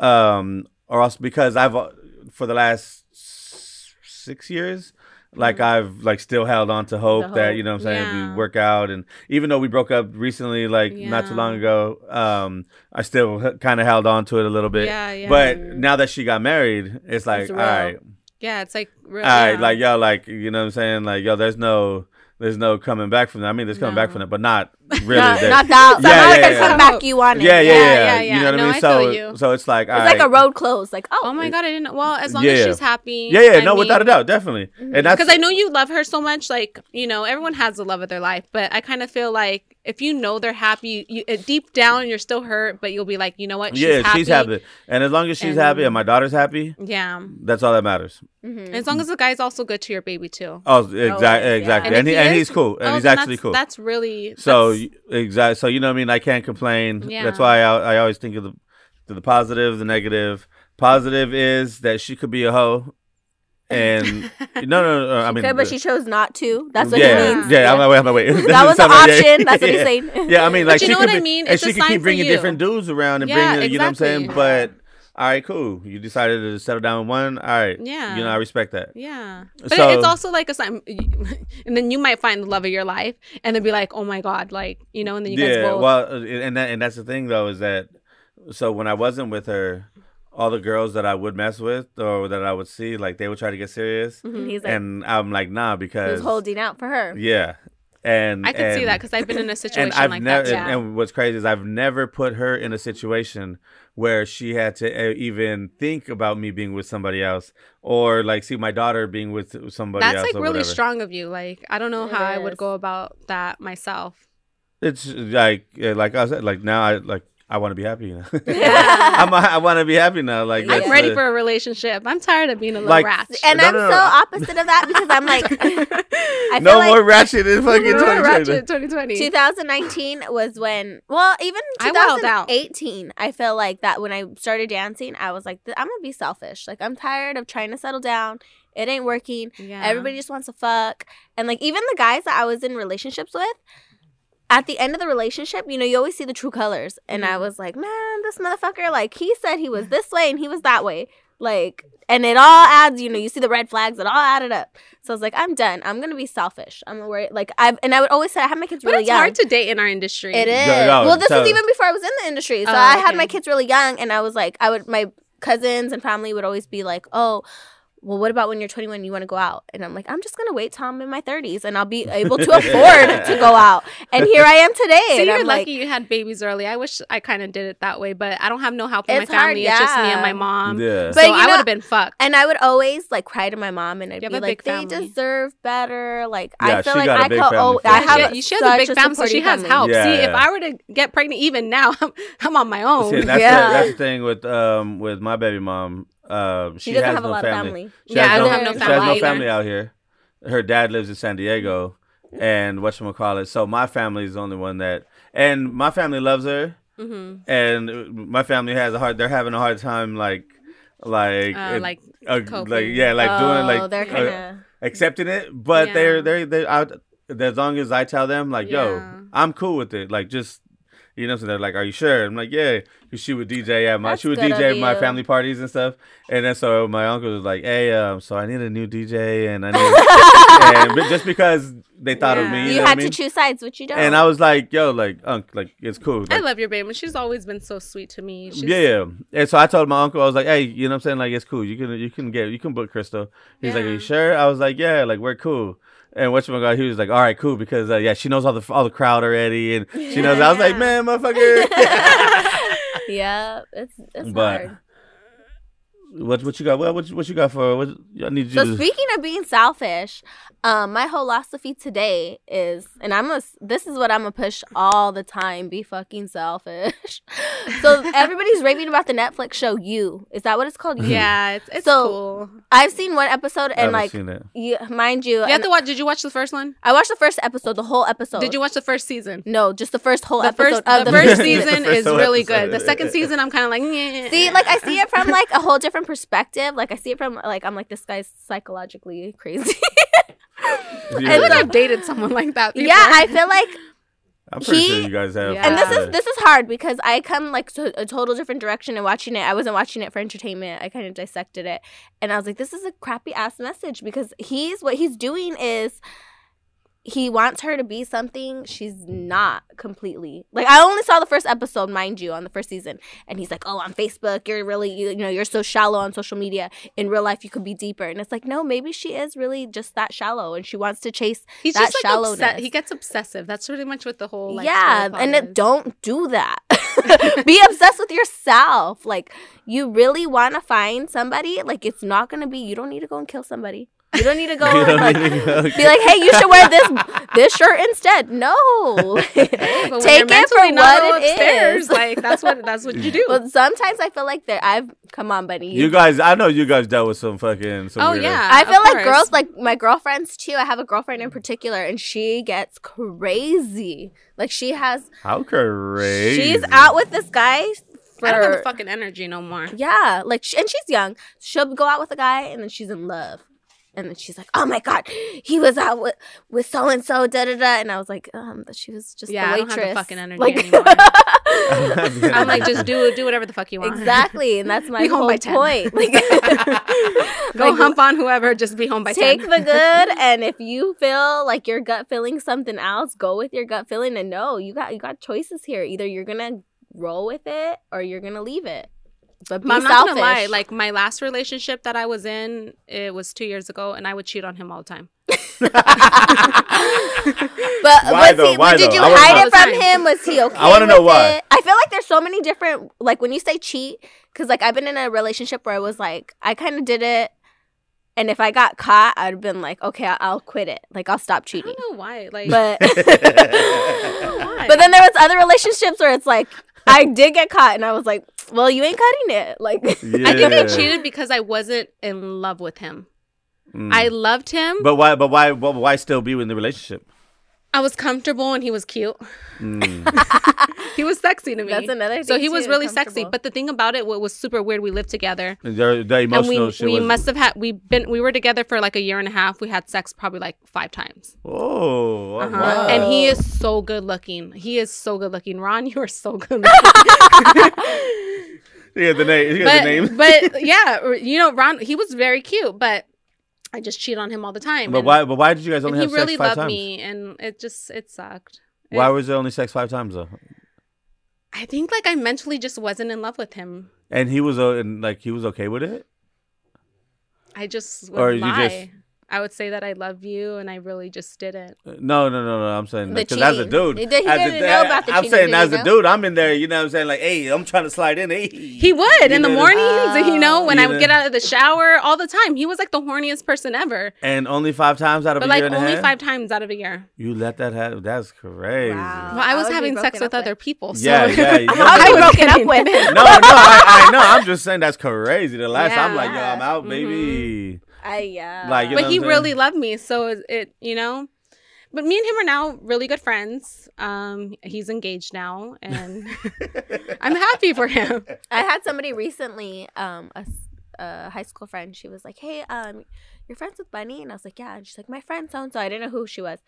A: um or else because i've uh, for the last s- six years like i've like still held on to hope,
B: Mm-hmm. The
A: that
B: hope.
A: you know what i'm saying
C: Yeah.
A: we work out and even though we broke up recently like not too
C: Yeah.
A: long ago um i still kind of held on to it a little bit
C: yeah. Yeah.
A: but
B: Mm.
A: now that she got married it's like
B: It's
A: all
B: real.
A: right
C: yeah. It's like. Real,
A: all right
C: yeah.
A: like yo like you know what i'm saying like yo there's no there's no coming back from that i mean there's coming back
C: No.
A: from it but not really
B: not,
A: there-
B: not that.
A: Yeah,
B: not like
A: yeah,
B: I
A: yeah.
B: come back you on it.
A: yeah, yeah,
C: Yeah,
A: yeah,
C: yeah,
A: You
C: yeah.
A: know what
C: No,
A: I
C: I
A: mean? So,
C: feel you.
A: so it's like, all
B: It's
A: right.
B: like a road close. Like oh,
C: Oh my god. I didn't. know. Well, as long
A: Yeah.
C: as she's happy.
A: Yeah, yeah,
C: I
A: no, without a
C: mean-
A: doubt, definitely. And that's
C: because I know you love her so much. Like you know, everyone has the love of their life, but I kind of feel like if you know they're happy, you, you deep down you're still hurt, but you'll be like, you know what?
A: yeah, she's happy. And as long as she's happy
C: And-
A: and my daughter's happy,
C: Yeah,
A: that's all that matters.
C: and as long as the guy's also good to your baby too.
A: Oh, exactly,
B: yeah.
A: exactly.
B: And
A: And, he,
C: if he
A: and
C: is-
A: he's cool, and
C: Oh,
A: he's
C: then
A: actually
C: that's,
A: cool.
C: That's really
A: so
C: that's-
A: exactly. So you know what I mean? I can't complain.
C: Yeah.
A: That's why I, I always think of the, to the positive, the negative. Positive is that she could be a hoe, and no, no, no. no, I mean,
B: but she chose not to. That's what
A: Mm-hmm. yeah,
B: he means.
A: yeah. I'm away. I'm away.
B: That was an
A: Yeah,
B: option. That's what
A: yeah.
B: he's saying.
A: Yeah, I mean,
C: But
A: like
C: you
A: she
C: know
A: could
C: what I
A: be-
C: mean?
A: and
C: It's
A: she
C: a
A: could
C: sign
A: keep
C: for
A: bringing
C: you.
A: different dudes around and
C: Yeah,
A: bringing, you know what I'm saying?
C: exactly.
A: But all right, cool. You decided to settle down with one. All right,
C: Yeah.
A: you know I respect that.
C: Yeah, but it-
A: So-
C: it's also like a sign, and then you might find the love of your life, and then be like, "Oh my god!" Like you know, and then you guys
A: yeah,
C: both.
A: well, uh, and that and that's the thing though is that so when I wasn't with her, all the girls that I would mess with or that I would see, like they would try to get serious,
B: And
C: Mhm.
B: Mm-hmm. he's like,
A: and I'm like, nah,
B: he
A: because
B: was holding out for her.
A: yeah, And
C: I could see
A: and-
C: that because I've been in a
A: and
C: situation
A: I've
C: like
A: never,
C: that. too.
A: and- And what's crazy is I've never put her in a situation where she had to uh, even think about me being with somebody else, or like see my daughter being with somebody
C: That's
A: else.
C: like
A: or
C: really
A: whatever.
C: strong of you. Like I don't know
B: It
C: how I would
B: is.
C: go about that myself.
A: It's like uh, like I said, like now I like I want to be happy. Now.
B: Yeah.
A: I'm, I want to be happy now. Like
B: Yeah.
A: that's
C: I'm ready
A: the-
C: for a relationship. I'm tired of being a little
A: Like-
C: ratchet.
B: And
A: No,
B: I'm
A: no, no,
B: so
A: no.
B: opposite of that because I'm like, I
A: no
B: feel like
A: more ratchet in fucking
C: You're a
A: 2020.
C: ratchet 2020.
B: 2019 was when, well, even
C: I wowed out.
B: 2018, I feel like that when I started dancing, I was like, I'm gonna be selfish. Like, I'm tired of trying to settle down. It ain't working.
C: Yeah.
B: Everybody just wants to fuck. And like, even the guys that I was in relationships with, at the end of the relationship, you know, you always see the true colors. And I
C: Mhm.
B: was like, man, this motherfucker, like, he said he was this way and he was that way. Like, and it all adds, you know, you see the red flags, it all added up. So I was like, I'm done. I'm going to be selfish. I'm gonna worry. Like, I've, and I would always say, I had my kids
C: But
B: really
C: it's
B: young.
C: hard to date in our industry.
B: It is.
A: Yeah, no,
B: well, this
A: so-
B: was even before I was in the industry. So
C: Oh,
B: I had
C: okay.
B: my kids really young, and I was like, I would my cousins and family would always be like, oh. Well, what about when you're 21? You want to go out, and I'm like, I'm just gonna wait till I'm in my 30s, and I'll be able to afford to go out. And here I am today.
C: So
B: and
C: you're
B: I'm
C: lucky
B: Like,
C: you had babies early. I wish I kind of did it that way, but I don't have no help in my
B: It's hard,
C: family. It's just me
B: yeah.
C: and my mom.
A: Yeah.
C: So
B: But you
C: I
B: know-
C: would have been fucked.
B: and I would always like cry to my mom, and I'd
C: You have
B: be
C: a
B: like,
C: big
B: they
C: family.
B: deserve better. Like
A: Yeah,
B: I feel
A: she
B: like
A: got a
B: I
A: big
B: could. Oh,
A: family,
B: I
A: for
B: have.
A: sure.
B: a-
C: she, she has a
B: such
C: big family, so she
B: supportive
C: has
B: family.
C: help.
A: Yeah,
C: See, if
A: yeah.
C: I were to get pregnant even now, I'm, I'm on my own.
A: See, and that's,
B: Yeah.
A: the, that's the thing with um with my baby mom. Um,
B: She,
A: she,
B: doesn't
A: has
B: have
A: no
B: a lot
A: family.
B: of family.
A: She
C: Yeah,
A: has
C: I don't
A: no,
C: have no
A: she
C: family.
A: has no
C: either.
A: family out here. Her dad lives in San Diego, and what call it. So my family is the only one that, and my family loves her,
C: Mhm.
A: and my family has a hard. They're having a hard time, like, like,
C: Uh,
A: it-
C: like
A: uh,
C: coping.
A: like, yeah, like doing,
B: Oh,
A: like,
B: they're
A: uh,
B: kind of.
A: accepting it. But
C: Yeah.
A: they're they're they out. As long as I tell them, like,
C: Yeah.
A: yo, I'm cool with it. Like, just. You know, so they're like, "Are you sure?" I'm like, "Yeah." 'Cause she would DJ at my
B: That's
A: she would
B: good of
A: DJ at my
B: you.
A: family parties and stuff. And then so my uncle was like, "Hey, um, so I need a new DJ, and I need and but just because they thought of
C: Yeah.
A: me, you,
B: you
A: know what I
B: had
A: mean?
B: to choose sides, which you don't.
A: And I was like, yo, like, unc, like, it's cool.
C: I
A: Like,
C: love your baby. She's always been so sweet to me. She's,
A: yeah, yeah. And so I told my uncle, I was like, hey, you know what I'm saying? Like, it's cool. You can, you can get, you can book Crystal. He's like, are
C: Yeah.
A: you sure? I was like, yeah, like, we're cool. And what's my god? He was like, all right, cool, because uh, yeah, she knows all the all the crowd already, and she knows. I was like,
C: Yeah.
A: man, motherfucker.
B: yeah, it's it's
A: But-
B: hard.
A: what what you got? What what, you- what you got for? What I need you
B: So
A: to.
B: speaking of being selfish, um, my philosophy today is, and I'm a, this is what I'm gonna push all the time: be fucking selfish. so everybody's raving about the Netflix show You. Is that what it's called? You?
C: Yeah, it's, it's
B: So-
C: cool.
B: I've seen one episode,
A: I
B: and
A: haven't
B: like,
A: seen it.
B: you, mind you,
C: You have
B: and
C: to watch. Did you watch the first one?
B: I watched the first episode, the whole episode.
C: Did you watch the first season?
B: No, just the first whole
C: the
B: episode.
C: first, the,
B: of
C: first
A: Yeah,
C: season
A: the first
C: is
A: whole
C: really
A: episode.
C: good. The second season, I'm kind of like, "Nyeh."
B: See, like I see it from like a whole different perspective. Like I see it from like I'm like this guy's psychologically crazy.
C: I think
A: Yeah.
C: I've dated someone like that. Before.
B: yeah, I feel like
A: I'm pretty
B: he-
A: sure you guys have.
C: Yeah.
B: and this
A: uh,
B: is this is hard because I come like to a total different direction and watching it. I wasn't watching it for entertainment. I kind of dissected it, and I was like, this is a crappy ass message because he's what he's doing is he wants her to be something she's not completely. Like I only saw the first episode, mind you, on the first season, and he's like, oh, on Facebook, you're really you, you know you're so shallow on social media. In real life, you could be deeper, and it's like, no, maybe she is really just that shallow, and she wants to chase
C: he's
B: that
C: just like obsessed.
B: shallowness.
C: He gets obsessive. That's pretty much what the whole like,
B: yeah,
C: story
B: and
C: plot
B: it,
C: is.
B: don't do that. Be obsessed with yourself. Like you really want to find somebody. Like it's not gonna be. You don't need to go and kill somebody. You don't need to go.
A: you
B: and,
A: know what
B: like,
A: I mean? Like-
B: be like, hey, you should wear this this shirt instead. No,
C: But when
B: take
C: you're
B: it
C: mentally
B: for
C: not
B: what it
C: upstairs,
B: is.
C: Like that's what that's what you do.
B: But sometimes I feel like that I've come on, buddy.
A: you guys, I know you guys dealt with some fucking. Some
C: oh
A: weirdos.
C: yeah,
B: I
C: of
B: feel like
C: course.
B: girls, like my girlfriends too. I have a girlfriend in particular, and she gets crazy. Like she has,
A: How crazy.
B: she's out with this guy. For,
C: I don't have the fucking energy no more.
B: Yeah, like sh and she's young. She'll go out with a guy and then she's in love. And then she's like, "Oh my god, he was out with with so and so, da da da." And I was like, "Um, but she was just
C: Yeah, I
B: the
C: don't have
B: waitress."
C: the fucking energy
B: Like-
A: anymore.
C: I'm like, just do do whatever the fuck you want.
B: exactly, and that's my
C: Be home
B: whole
C: by 10.
B: point. Like,
C: Go
B: like,
C: hump on whoever. Just be home by
B: Take
C: 10.
B: the good, and if you feel like your gut feeling something else, go with your gut feeling. And no, you got you got choices here. Either you're gonna roll with it or you're gonna leave it. But be
C: But I'm not
B: selfish.
C: gonna lie. Like my last relationship that I was in, it was two years ago, and I would cheat on him all the time.
B: But
A: Why
B: was
A: though?
B: he?
A: Why
B: did
A: though?
B: you
A: I wanna
B: hide
C: know.
B: it from
C: Fine.
B: him? Was he okay?
A: wanna know
B: with
A: why.
B: it? I feel like there's so many different. Like when you say cheat, because like I've been in a relationship where I was like, I kind of did it, and if I got caught, I'd have been like, okay, I'll, I'll quit it. Like I'll stop
C: I
B: cheating.
C: don't know why. Like,
B: But
C: Why?
B: but then there was other relationships where it's like I did get caught, and I was like, well, you ain't cutting it. Like
A: Yeah.
C: I think I cheated because I wasn't in love with him.
A: Mm.
C: I loved him.
A: But why? But why? But why still be in the relationship?
C: I was comfortable and he was cute.
A: Mm.
C: He was sexy to me.
B: that's another.
C: so
B: thing,
C: he was
B: too,
C: really sexy.
B: comfortable.
C: But the thing about it, what was super weird, we lived together.
A: the, the
C: And
A: emotional
C: we,
A: shit
C: we
A: was.
C: must have had we been we were together for like a year and a half. We had sex probably like five times.
A: oh,
C: Uh-huh.
A: wow.
C: And he is so good looking. He is so good looking. Ron, you are so good looking.
A: he had the name. He had the
C: but,
A: name.
C: but yeah, you know, Ron, he was very cute, but I just cheat on him all the time.
A: But
C: And-
A: why? But why did you guys
C: And
A: only
C: he
A: have sex
C: really
A: five
C: loved
A: times?
C: me, and it just it sucked.
A: Why
C: It-
A: was there only sex five times though?
C: I think like I mentally just wasn't in love with him.
A: And he was uh, and like he was okay with it.
C: I just would
A: Or you
C: lie.
A: just-
C: I would say that I love you, and I really just didn't.
A: Uh, No, no, no, no. I'm saying
B: The
A: because as a
B: cheating.
A: dude,
B: He did- he
A: as
B: didn't know about the
A: I'm
B: cheating,
A: saying
B: did
A: as
B: he
A: a
B: know?
A: dude, I'm in there. You know, what I'm saying like, hey, I'm trying to slide in. Hey,
C: He would
A: You
C: in the
A: know,
C: mornings, you know, when I
A: You
C: would
A: know.
C: get out of the shower all the time. He was like the horniest person ever,
A: and only five times out of
C: but
A: a
C: like
A: year and a
C: only
A: half?
C: five times out of a year.
A: You let that happen? That's crazy.
B: Wow.
C: Well, I
B: I
C: was
B: would be
C: having sex
B: broken
C: with
B: up
C: other people, so
A: Yeah, yeah. you know,
B: I'll
C: I
B: be
C: was
B: broken up
C: kidding.
B: with
A: no, no, I, I know. I'm just saying that's crazy. The last I'm
C: Yeah.
A: like, yo, I'm
B: Mm-hmm.
A: out, baby.
B: I yeah.
A: Like, you know-
C: but he
A: what I'm
C: really
A: saying?
C: loved me, so it, it you know. But me and him are now really good friends. Um, he's engaged now, and I'm happy for him.
B: I had somebody recently, um, a, s- a high school friend. She was like, "Hey, um, you're friends with Bunny?" And I was like, "Yeah." And she's like, "My friend so and so." I didn't know who she was.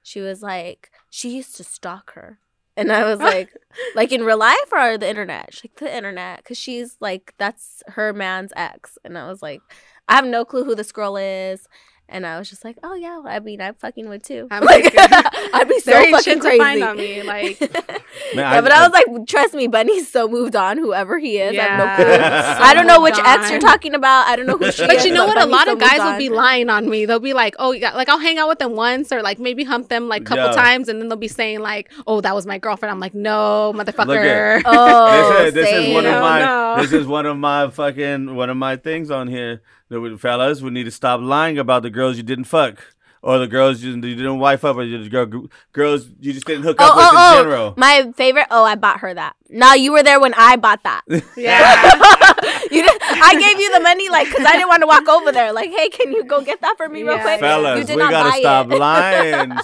B: She was like, "She used to stalk her," and I was like, "Like in real life or the internet?" She's like, "The internet," because she's like, "That's her man's ex," and I was like, "I have no clue who this girl is." And I was just like, "Oh yeah, I mean, I fucking would too.
C: I'm like-
B: I'd be so
C: There ain't
B: fucking
C: shit
B: crazy."
C: to find on me, like-
A: Man,
B: yeah, but I was like, trust me, Bunny's so moved on. Whoever he is, I have no clue.
A: Yeah.
B: I don't know which ex
C: Gone.
B: you're talking about. I don't know who she
C: But
B: is.
C: you know what? A
B: Bunny's
C: lot
B: so
C: of
B: moved
C: guys will
B: on.
C: be lying on me. They'll be like, "Oh, yeah," like I'll hang out with them once, or like maybe hump them like a couple
A: Yeah.
C: times, and then they'll be saying like, "Oh, that was my girlfriend." I'm like, "No, motherfucker."
A: at-
B: Oh,
A: this is, this is
B: same.
A: one of
C: Hell
A: my
C: no.
A: this is one of my fucking one of my things on here. That we, fellas, we need to stop lying about the girls you didn't fuck. Or the girls you, you didn't wife up, or the girl, girls you just didn't hook
B: Oh,
A: up with
B: oh,
A: in
B: oh.
A: general.
B: My favorite. Oh, I bought her that. No, you were there when I bought that. you
C: yeah.
B: did, I gave you the money, like, because I didn't want to walk over there. Like, hey, can you go get that for me real
C: Yeah,
B: quick?
A: Fellas,
B: you did
A: we
B: not
A: gotta
B: buy
A: stop
B: it.
A: lying.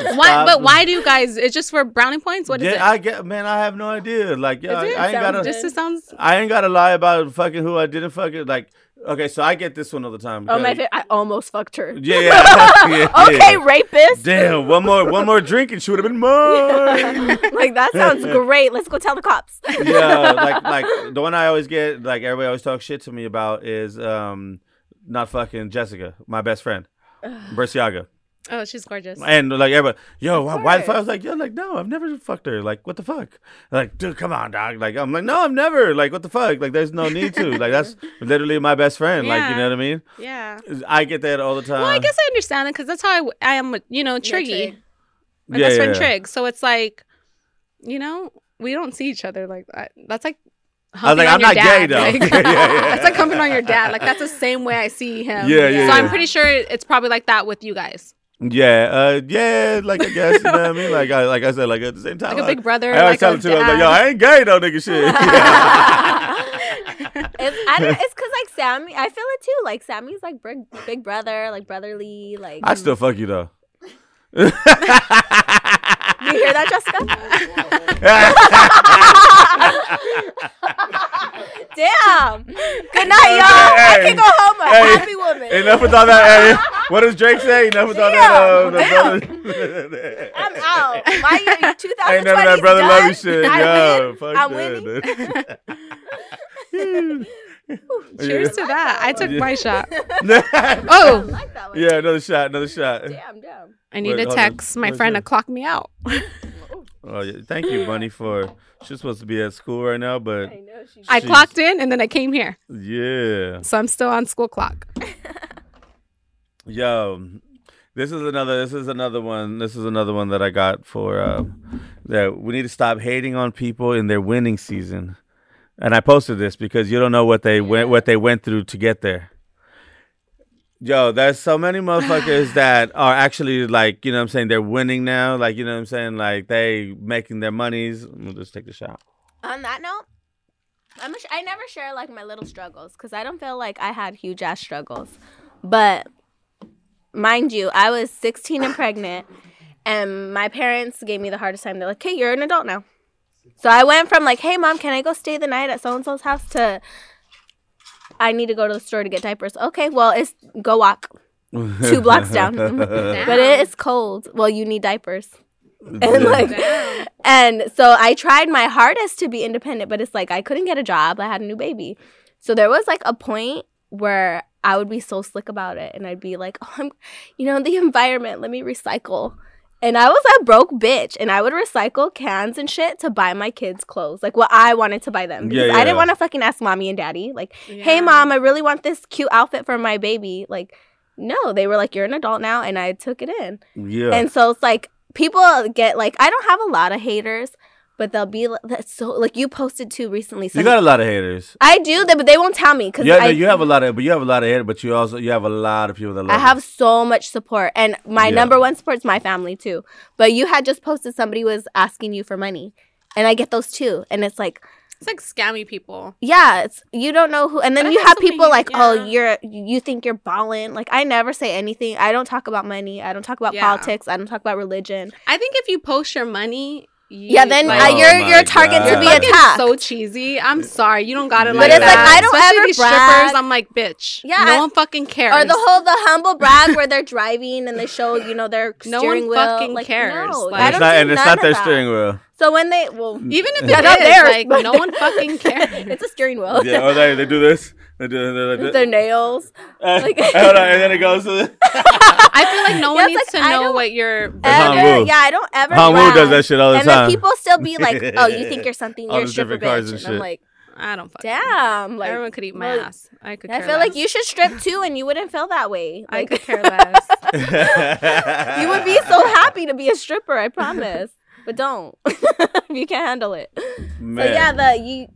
C: Why?
A: Stop-
C: But why do you guys? It's just for brownie points. What is
A: yeah,
C: it?
A: I get, man, I have no idea. Like, yeah, I, I
B: it?
A: ain't
B: Sounds
A: gotta.
B: good.
C: just it sounds.
A: I ain't gotta lie about fucking who I didn't fucking like. Okay, so I get this one all the time.
B: Oh, my
A: because-
B: favorite. I almost fucked her.
A: Yeah, yeah, yeah,
B: Okay,
A: yeah.
B: rapist.
A: Damn, one more, one more drink and she would have been mine.
B: Like that sounds great. Let's go tell the cops.
A: yeah, like like the one I always get, like everybody always talks shit to me about is um not fucking Jessica, my best friend, Berciaga,
C: Oh, she's gorgeous.
A: and like everybody, yo, why, why the fuck?
B: course.
A: I was like, yo, like no, I've never fucked her. Like what the fuck? Like dude, come on, dog. Like I'm like no, I've never. Like what the fuck? Like there's no need to. Like that's literally my best friend. Like you
C: Yeah.
A: know what I mean?
C: Yeah.
A: I get that all the time.
C: Well, I guess I understand it because that's how I, w- I am. with, You know,
B: Yeah,
C: Triggy,
B: Trig.
C: my
A: Yeah,
C: best
A: yeah,
C: friend
A: yeah.
C: Trig. So it's like, you know, we don't see each other like that. That's like.
A: I was
C: humping
A: like,
C: on
A: I'm
C: your
A: not
C: dad.
A: gay though.
C: Like,
A: Yeah, yeah,
C: It's like humping on your dad. Like that's the same way I see him.
A: Yeah, yeah,
C: So I'm
A: yeah.
C: pretty sure it's probably like that with you guys.
A: Yeah, uh, yeah, like I guess you know what I mean. Like I, like I said, like at the same time,
C: Like a big brother,
A: I, I always
C: like
A: tell
C: a
A: them too. I was like,
C: dad.
A: yo, I ain't gay though, nigga. Shit.
B: It's I don't, it's because like Sammy, I feel it too. Like Sammy's like big, big brother, like brotherly. Like
A: I still fuck you though.
B: you hear that, Jessica? Damn. Good night, y'all. I can go home a
A: Hey.
B: happy woman.
A: Enough with all that. Hey, what does Drake say? Enough with all that. Uh,
B: Damn.
A: the brother.
B: I'm out. My year 2020
A: ain't none of that brother
B: done.
A: love you shit.
B: I
A: yo,
B: win.
A: fuck
B: I'm winning.
A: that.
C: Cheers to that. I took
A: Yeah.
C: my shot.
A: dude.
B: I
C: Oh,
B: like that one.
A: yeah, another shot, another shot.
B: Damn, damn.
C: I need
A: Wait,
C: to
A: hold on.
C: text my
A: Where's
C: friend
A: your-
C: to clock me out.
A: Oh, yeah. Thank you, Bunny, for she's supposed to be at school right now, but
B: I know she.
C: I
A: Jeez.
C: clocked in and then I came here.
A: yeah.
C: So I'm still on school clock.
A: Yo, This is another. This is another one. This is another one that I got for um, that we need to stop hating on people in their winning season. And I posted this because you don't know what they went what they went through to get there. Yo, there's so many motherfuckers that are actually like, you know what I'm saying, they're winning now. Like, you know what I'm saying? Like they making their monies. We'll just take the shot.
B: On that note, I'm a sh- I never share like my little struggles because I don't feel like I had huge ass struggles. But mind you, I was 16 and pregnant, and my parents gave me the hardest time. They're like, "Hey, you're an adult now." So I went from like, "Hey, mom, can I go stay the night at so and so's house?" to I need to go to the store to get diapers. Okay, well, it's go walk two blocks down, but it is cold. Well, you need diapers and
C: Damn.
B: like and so i tried my hardest to be independent but it's like i couldn't get a job i had a new baby so there was like a point where i would be so slick about it and i'd be like oh i'm you know the environment let me recycle and i was a broke bitch and i would recycle cans and shit to buy my kids clothes like what i wanted to buy them
A: Yeah,
B: because i
A: yeah.
B: didn't want to fucking ask mommy and daddy like
C: Yeah.
B: hey mom i really want this cute outfit for my baby like no they were like you're an adult now and i took it in
A: yeah.
B: and so it's like people get like I don't have a lot of haters, but they'll be like, that's so like you posted too recently. So
A: you got a lot of haters.
B: I do that, but they won't tell me because
A: Yeah,
B: I,
A: no, you have a lot of, but you have a lot of haters. But you also you have a lot of people that love.
B: I have so much support, and my
A: Yeah.
B: number one support's my family too. But you had just posted somebody was asking you for money, and I get those too, and it's like.
C: It's like scammy people.
B: Yeah, it's you don't know who, and then
C: But I
B: you
C: think
B: have
C: something
B: people
C: you-
B: like, oh,
C: yeah.
B: you're you think you're balling. Like I never say anything. I don't talk about money. I don't talk about
C: Yeah.
B: politics. I don't talk about religion.
C: I think if you post your money, you,
B: Yeah, then
A: like-
B: uh,
A: Oh
B: you're
A: my
B: you're a target to
A: God.
B: be
A: Fucking
B: attacked.
C: so cheesy. I'm sorry, you don't got it
A: But
C: like
A: it's like,
C: that.
A: I
B: don't
C: Especially
B: ever
C: these
B: brag.
C: strippers. I'm like, bitch.
B: Yeah,
C: Yeah, no
B: I-
C: one fucking cares.
B: Or the whole the humble brag where they're driving and they show you know their
C: No
B: steering
C: one
B: wheel.
C: fucking
B: like,
C: cares.
B: No,
C: Like-
B: I
A: and
B: don't
A: it's not,
B: do
A: and it's
B: none
A: not
B: of
A: their
B: that.
A: steering wheel.
B: So when they well,
C: even if
B: Yeah,
C: it
B: not
C: is,
B: theirs,
C: like
B: but-
C: no one fucking cares.
B: it's a steering wheel.
A: Yeah, oh, or they they do this. They do. They,
B: With their nails. like-
A: hold on, and then it goes. To the,
C: I feel like no one
B: Yeah,
C: needs
B: it's like,
C: to
B: I
C: know
B: don't-
C: what your
A: That's Han
B: Ever-
A: Wu.
B: yeah, I don't ever.
A: Han Woo does
B: laugh.
A: that shit all the
B: and
A: time.
B: then people still be like, "Oh, you think you're something?
A: All
B: You're a
A: those
B: stripper
A: different cars
B: bitch."
A: and
B: And,
A: shit.
B: I'm like,
C: I don't fucking.
B: "Damn!" Like,
C: Everyone could eat my
B: well,
C: ass. I could.
B: I
C: care
B: feel like
C: less.
B: you should strip too, and you wouldn't feel that way.
C: I
B: Like,
C: could care less.
B: you would be so happy to be a stripper. I promise. But don't. you can't handle it.
A: Man.
B: So yeah, the you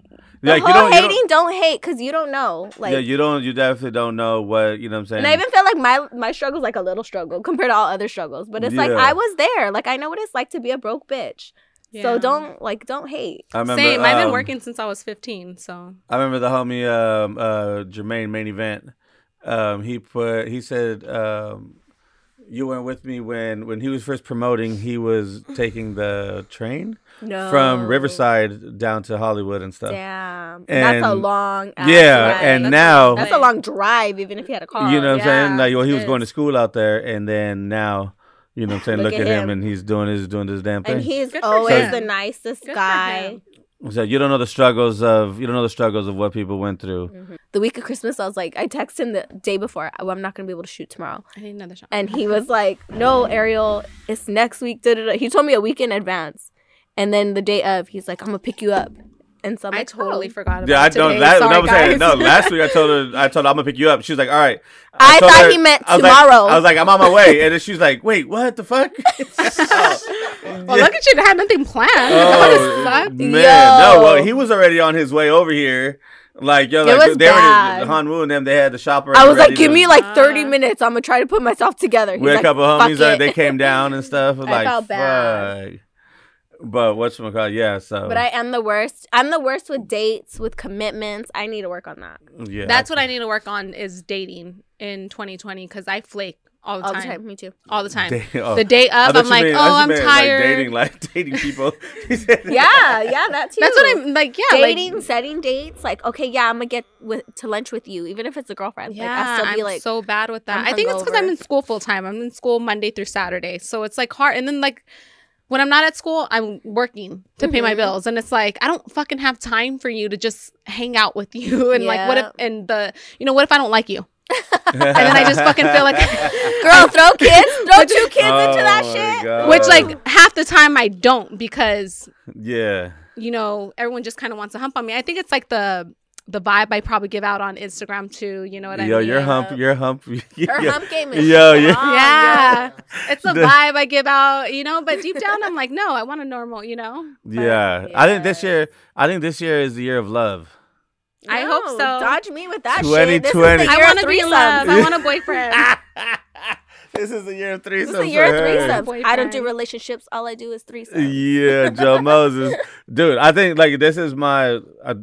B: the
A: Like,
B: whole
A: you don't, you
B: hating
A: don't,
B: don't, hate because you don't know. Like,
A: yeah, you don't. You definitely don't know what you know. what I'm saying.
B: and I even feel like my my struggle's like a little struggle compared to all other struggles. But it's like
A: Yeah.
B: I was there. Like I know what it's like to be a broke bitch. So
C: Yeah.
B: don't like don't hate.
A: I remember,
C: Same. I've been
A: um,
C: working since I was 15. So
A: I remember the homie um, uh, Jermaine main event. Um, he put he said um, you weren't with me when when he was first promoting. He was taking the train
B: No.
A: from Riverside down to Hollywood and stuff.
B: Oh. Damn. that's a
A: And-
B: long. ass
A: Yeah,
B: drive.
A: and
C: That's-
A: now
B: that's a long drive. Even if you had a car.
A: you know what I'm saying.
C: yeah,
A: Like well, he was
C: it
A: going to
C: is.
A: school out there, and then now you know what I'm saying. Look, at, him. and he's doing his doing this damn thing.
B: And he's
C: Good for
B: always
A: him.
B: the nicest
C: Good for
B: guy.
C: him.
A: so you don't know the struggles of you don't know the struggles of what people went through.
B: The week of Christmas, I was like, I texted him the day before. "Oh, I'm not gonna be able to shoot tomorrow.
C: I need another shot.
B: And he was like, No, Ariel, it's next week. Da, da, da. He told me a week in advance. And then the day of, he's like, I'm going to pick you up. And so I'm
C: I
B: like,
C: totally
B: "Oh."
C: forgot about
A: Yeah, I
C: today.
A: don't. That,
C: Sorry,
A: that was saying,
C: guys.
A: no. Last week I told her, I told her I'm gonna pick you up. She was like, all right.
B: I
A: told
B: thought he meant
A: I was like-
B: tomorrow.
A: I was like, I'm on my way, and then she was like, wait, what the fuck?
C: Well, Oh, look at you. I had nothing planned.
A: oh
C: That
A: man,
C: would've sucked.
A: no. Well,
B: Yo.
A: he was already on his way over here. Like yo,
B: It
A: like
B: was
A: they already
B: bad.
A: Han Woo and them. They had the shopper.
B: I was like, Give me like
C: Ah.
B: 30 minutes. I'm going to try to put myself together. He's
A: we had
B: like,
A: a couple
B: "Fuck
A: homies that
B: it."
A: they came down and stuff. I like,
B: felt bad.
A: fuck. But what's my call? Yeah, so
B: But I am the worst. I'm the worst with dates, with commitments. I need to work on that
A: yeah,
C: That's what I need to work on is dating in 2020 because I flake all the
B: all
C: time.
B: the time. Me too.
C: All the time.
A: Day- oh.
C: The day
A: I
C: of,
A: thought
C: I'm
A: you
C: like,
A: meant-
C: oh,
A: I thought you
C: I'm
A: meant,
C: tired.
A: Like dating, like dating people.
B: Yeah, yeah, that too.
C: That's what I'm like. Yeah, like-
B: dating, setting dates. Like, okay, yeah, I'm gonna get with, to lunch with you, even if it's a girlfriend.
C: Yeah,
B: like, I'll still be
C: I'm
B: like,
C: so bad with that.
B: I'm
C: i think it's because I'm
B: hungover.
C: in school full time. I'm in school Monday through Saturday, so it's like hard. And then like when I'm not at school, I'm working to pay my
B: Mhm.
C: bills, and it's like I don't fucking have time for you to just hang out with you. And like, what if
B: Yeah.
C: and the you know what if I don't like you? And then I just fucking feel like
B: girl, throw kids, throw two kids into
A: Oh
B: that
A: my
B: shit.
A: God.
C: Which like half the time I don't because
A: Yeah.
C: you know everyone just kind of wants to hump on me. I think it's like the the vibe I probably give out on Instagram too. You know what I
A: Yo,
C: mean?
A: your hump,
B: Yep.
A: your hump,
B: Her
A: yo,
B: hump game
A: yo,
B: is
A: yeah.
B: strong,
C: Yeah. it's the vibe I give out, you know. But deep down, I'm like, no, I want a normal, you know. But
A: yeah. I think this year. I think this year is the year of love.
C: I hope so.
B: Dodge me with that shit. This is
A: 2020.
B: the
C: I
B: year
C: want
B: of
C: to be
B: threesomes.
C: loved. I want a boyfriend.
A: this is the year of threesomes.
B: This is the year of
A: for her.
B: threesomes. I don't do
C: Boyfriend.
B: relationships. All I do is threesomes.
A: Yeah, Joe Moses, dude. I think like this is my. I,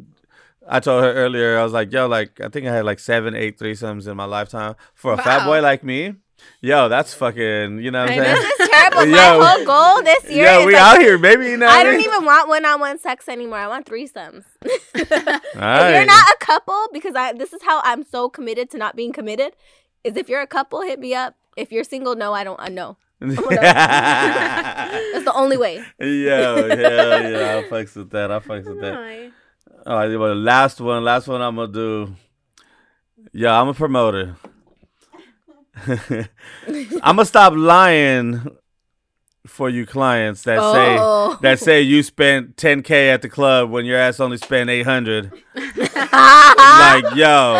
A: I told her earlier. I was like, yo, like I think I had like seven, eight threesomes in my lifetime. For a fat
C: Wow.
A: boy like me, yo, that's fucking. You know what I'm
C: I know.
A: saying?
B: This is terrible.
A: Yo.
B: My whole goal this year
A: Yeah,
B: is
A: we
B: like,
A: out here, baby. You know
B: I
A: what
B: don't
A: mean?
B: even want one-on-one sex anymore. I want threesomes.
A: All
B: If you're
A: right.
B: not a couple, because I this is how I'm so committed to not being committed, is if you're a couple, hit me up. If you're single, no, I don't. I know.
A: yeah,
B: That's the only way.
A: yeah, yeah. I fucks with that. I fucks with that.
C: Hi.
A: All right, well, last one. Last one I'm gonna do. Yeah, I'm a promoter. I'm gonna stop lying for you clients that
B: Oh.
A: say that say you spent 10k at the club when your ass only spent 800.
B: I
A: Like, yo,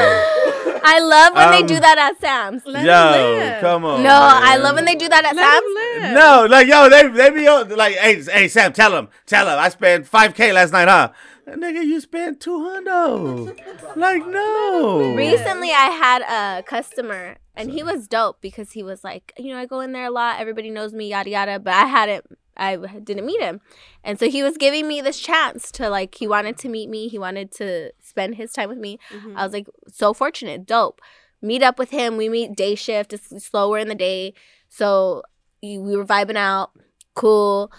B: love when they
A: Um,
B: do that at Sam's.
C: Let him
A: yo,
C: live.
A: come on.
B: no, I
A: Oh, man.
B: love when they do that at
C: Let
B: Sam's.
C: him live.
A: No, like yo, they they be on, like, hey, hey, Sam, tell him, tell him, I spent five k last night, huh? Nigga, you spent two hundred. Like, no.
B: Recently, I had a customer, and he was dope because he was like, you know, I go in there a lot. Everybody knows me, yada yada. But I hadn't, I didn't meet him, and so he was giving me this chance to like, he wanted to meet me, he wanted to spend his time with me.
C: Mhm.
B: I was like, so fortunate, dope. Meet up with him. We meet day shift. It's slower in the day, so you- we were vibing out. Cool.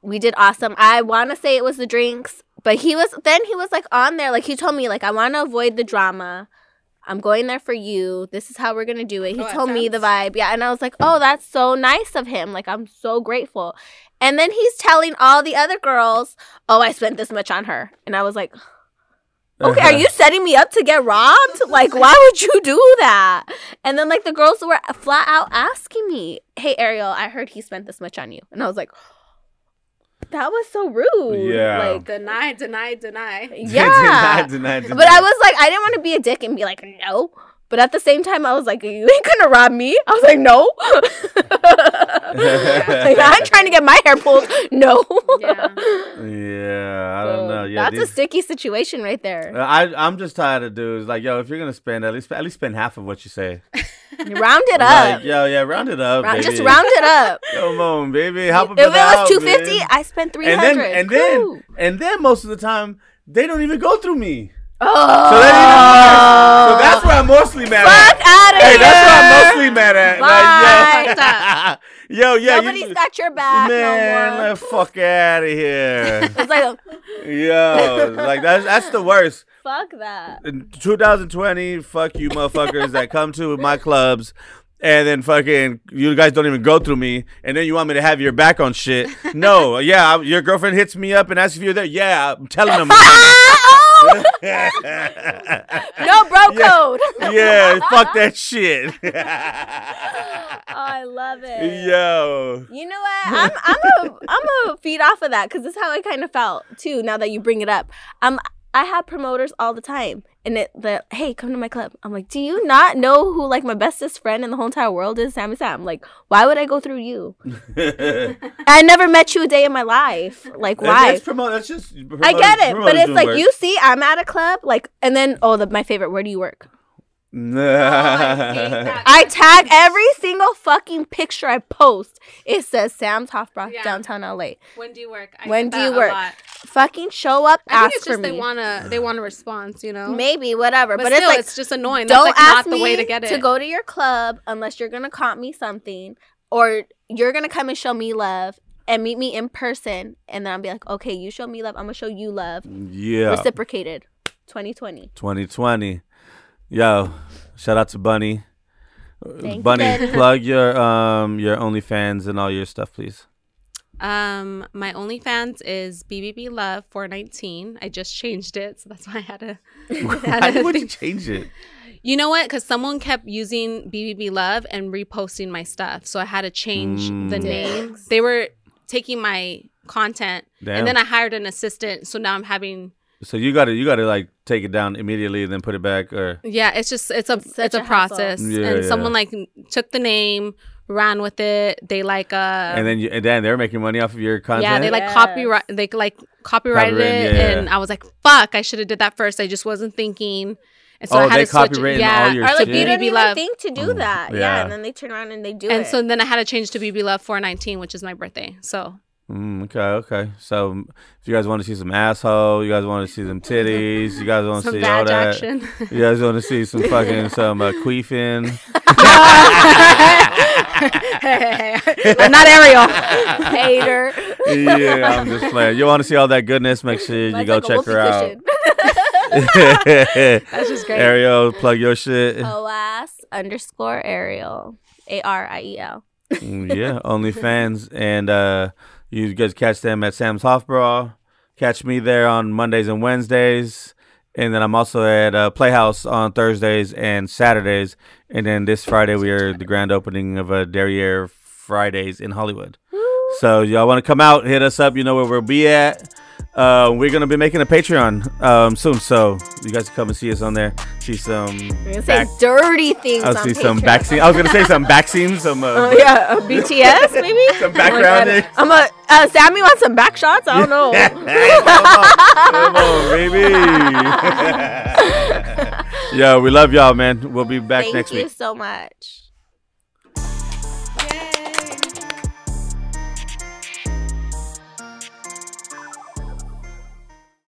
B: We did awesome. I want to say it was the drinks, but he was then he was like on there. Like he told me, like I want to avoid the drama. I'm going there for you. This is how we're gonna do it. He
C: Oh, that
B: told me the
C: sounds-
B: vibe. Yeah, and I was like, oh, that's so nice of him. Like I'm so grateful. And then he's telling all the other girls, oh, I spent this much on her, and I was like. Okay,
A: Uh-huh.
B: are you setting me up to get robbed? Like, why would you do that? And then, like, the girls were flat out asking me, Hey, Ariel, I heard he spent this much on you. And I was like, That was so rude.
A: Yeah.
B: Like,
C: Deny, deny, deny.
B: yeah.
A: Deny, deny, deny.
B: But I was like, I didn't want to be a dick and be like, No. But at the same time, I was like, You ain't gonna rob me. I was like, No. Like, I'm trying to get my hair pulled. No.
C: Yeah.
A: Yeah, I don't
B: So,
A: know. Yeah,
B: That's a
A: these,
B: sticky situation right there.
A: I I'm just tired of dudes like yo. If you're gonna spend at least at least spend half of what you say.
B: round it up.
A: Like yo, yeah, round it up.
B: Round- just
A: baby.
B: round it up.
A: Come on, baby. Help
B: if it was two fifty, I spent three
A: and
B: hundred.
A: then and then and then most of the time they don't even go through me.
B: oh,
A: So, that even worse. so that's where I'm mostly mad at.
B: fuck out of
A: Hey,
B: here.
A: that's what I'm mostly mad at.
C: Bye.
A: Like, yo, yo, yeah,
B: Nobody's
A: you,
B: got your back.
A: man,
B: no
A: like,
B: one.
A: fuck out of here.
B: It's like
A: yo, like that's that's the worst.
B: fuck that.
A: In 2020, fuck you, motherfuckers that come to my clubs. And then fucking, you guys don't even go through me. And then you want me to have your back on shit. No, yeah, I- your girlfriend hits me up and asks if you're there. Yeah, I'm telling them.
B: Ah, oh, no bro
A: Yeah.
B: code.
A: yeah, fuck that shit.
B: Oh, I love it.
A: Yo.
B: You know what? I'm I'm a I'm a feed off of that because this is how I kind of felt too. Now that you bring it up, um, I have promoters all the time, and it the hey, come to my club. I'm like, do you not know who like my bestest friend in the whole entire world is? Sammy Sam. Like, why would I go through you? I never met you a day in my life. Like, why?
A: That's, promo- that's just. Promoters,
B: I get it,
A: promoters
B: but it's
A: doing
B: like
A: work.
B: you see, I'm at a club, like, and then oh, the, my favorite. Where do you work? Oh, I tag every single fucking picture I post. It says Sam's Hofbräu,
C: Yeah.
B: downtown LA.
C: When do you work? I
B: When
C: get
B: do you
C: that a
B: work?
C: lot.
B: Fucking show up,
C: I
B: ask
C: think it's
B: for
C: just they
B: me.
C: want to they want a response, you know.
B: Maybe whatever,
C: but,
B: but,
C: still,
B: it's like
C: it's just annoying. That's
B: don't
C: like
B: ask
C: not
B: me
C: the way to get it.
B: to go to your club unless you're gonna comp me something or you're gonna come and show me love and meet me in person, and then I'll be like, okay, you show me love, I'm gonna show you love.
A: Yeah.
B: Reciprocated, 2020.
A: 2020. Yo, shout out to Bunny.
B: Thank you,
A: Bunny,
B: Bunny.
A: plug your um your OnlyFans and all your stuff, please.
C: Um, my OnlyFans is BBB Love 419. I just changed it, so that's why I had to.
A: Why would you change it?
C: You know what? Because someone kept using BBB Love and reposting my stuff, so I had to change the
A: Mm.
C: name.
B: Dicks.
C: They were taking my content,
A: Damn.
C: and then I hired an assistant. So now I'm having.
A: so you gotta you gotta like take it down immediately and then put it back or
C: Yeah, it's just it's a it's,
B: such
C: a,
B: a hassle.
C: process,
A: Yeah,
C: and
A: yeah.
C: someone like took the name, ran with it. They like uh
A: and then you, and then they're making money off of your content.
C: yeah, they like
B: Yes.
C: copyright they like copyrighted
A: Copyrighted,
C: it
A: yeah, yeah.
C: and I was like, fuck, I should have did that first. I just wasn't thinking. And so
A: Oh,
C: I had
A: they
C: to switch
A: copywritten
C: yeah,
A: all your
B: Or like
A: shit.
B: you don't
C: Be
B: even
C: Love.
B: think to do
A: Mhm.
B: that. Yeah.
A: Yeah.
B: and then they turn around and they do
C: and
B: it.
C: so then I had to change to BB Love 419, which is my birthday. So
A: Mm, okay, okay. So mm, if you guys want to see some asshole, you guys want to see some titties, you guys want to
C: some
A: see all
C: badge
A: that.
C: action.
A: You guys want to see some fucking some uh, queefing?
C: Hey, I'm not Ariel.
B: hater.
A: yeah, I'm just playing. You want to see all that goodness? Make sure you
B: That's
A: go
B: like a
A: check her
B: whoopee
A: out.
B: cushion.
C: That's just great.
A: Ariel, plug your shit.
B: Oh, OS underscore Ariel. A R I E L.
A: Mm, yeah, OnlyFans, and uh, you guys catch them at Sam's Hofbräu. Catch me there on Mondays and Wednesdays, and then I'm also at uh, Playhouse on Thursdays and Saturdays. And then this Friday we are the grand opening of uh, Derriere Fridays in Hollywood. So y'all want to come out, hit us up. You know where we'll be at. Uh, we're gonna be making a Patreon um, soon, so you guys can come and see us on there. See some.
B: We're gonna say
A: Back-
B: dirty things.
A: I'll
B: on
A: see some
B: Patreon.
A: vaccine. I was gonna say some vaccine, some uh,
B: Oh, yeah, uh, BTS maybe.
A: some background. there.
B: I'm a uh, Sammy wants some back shots. I don't know.
A: Hey, come on, come on, baby. Yo, we love y'all, man. We'll be back
B: Thank
A: next
B: you
A: week.
B: so much.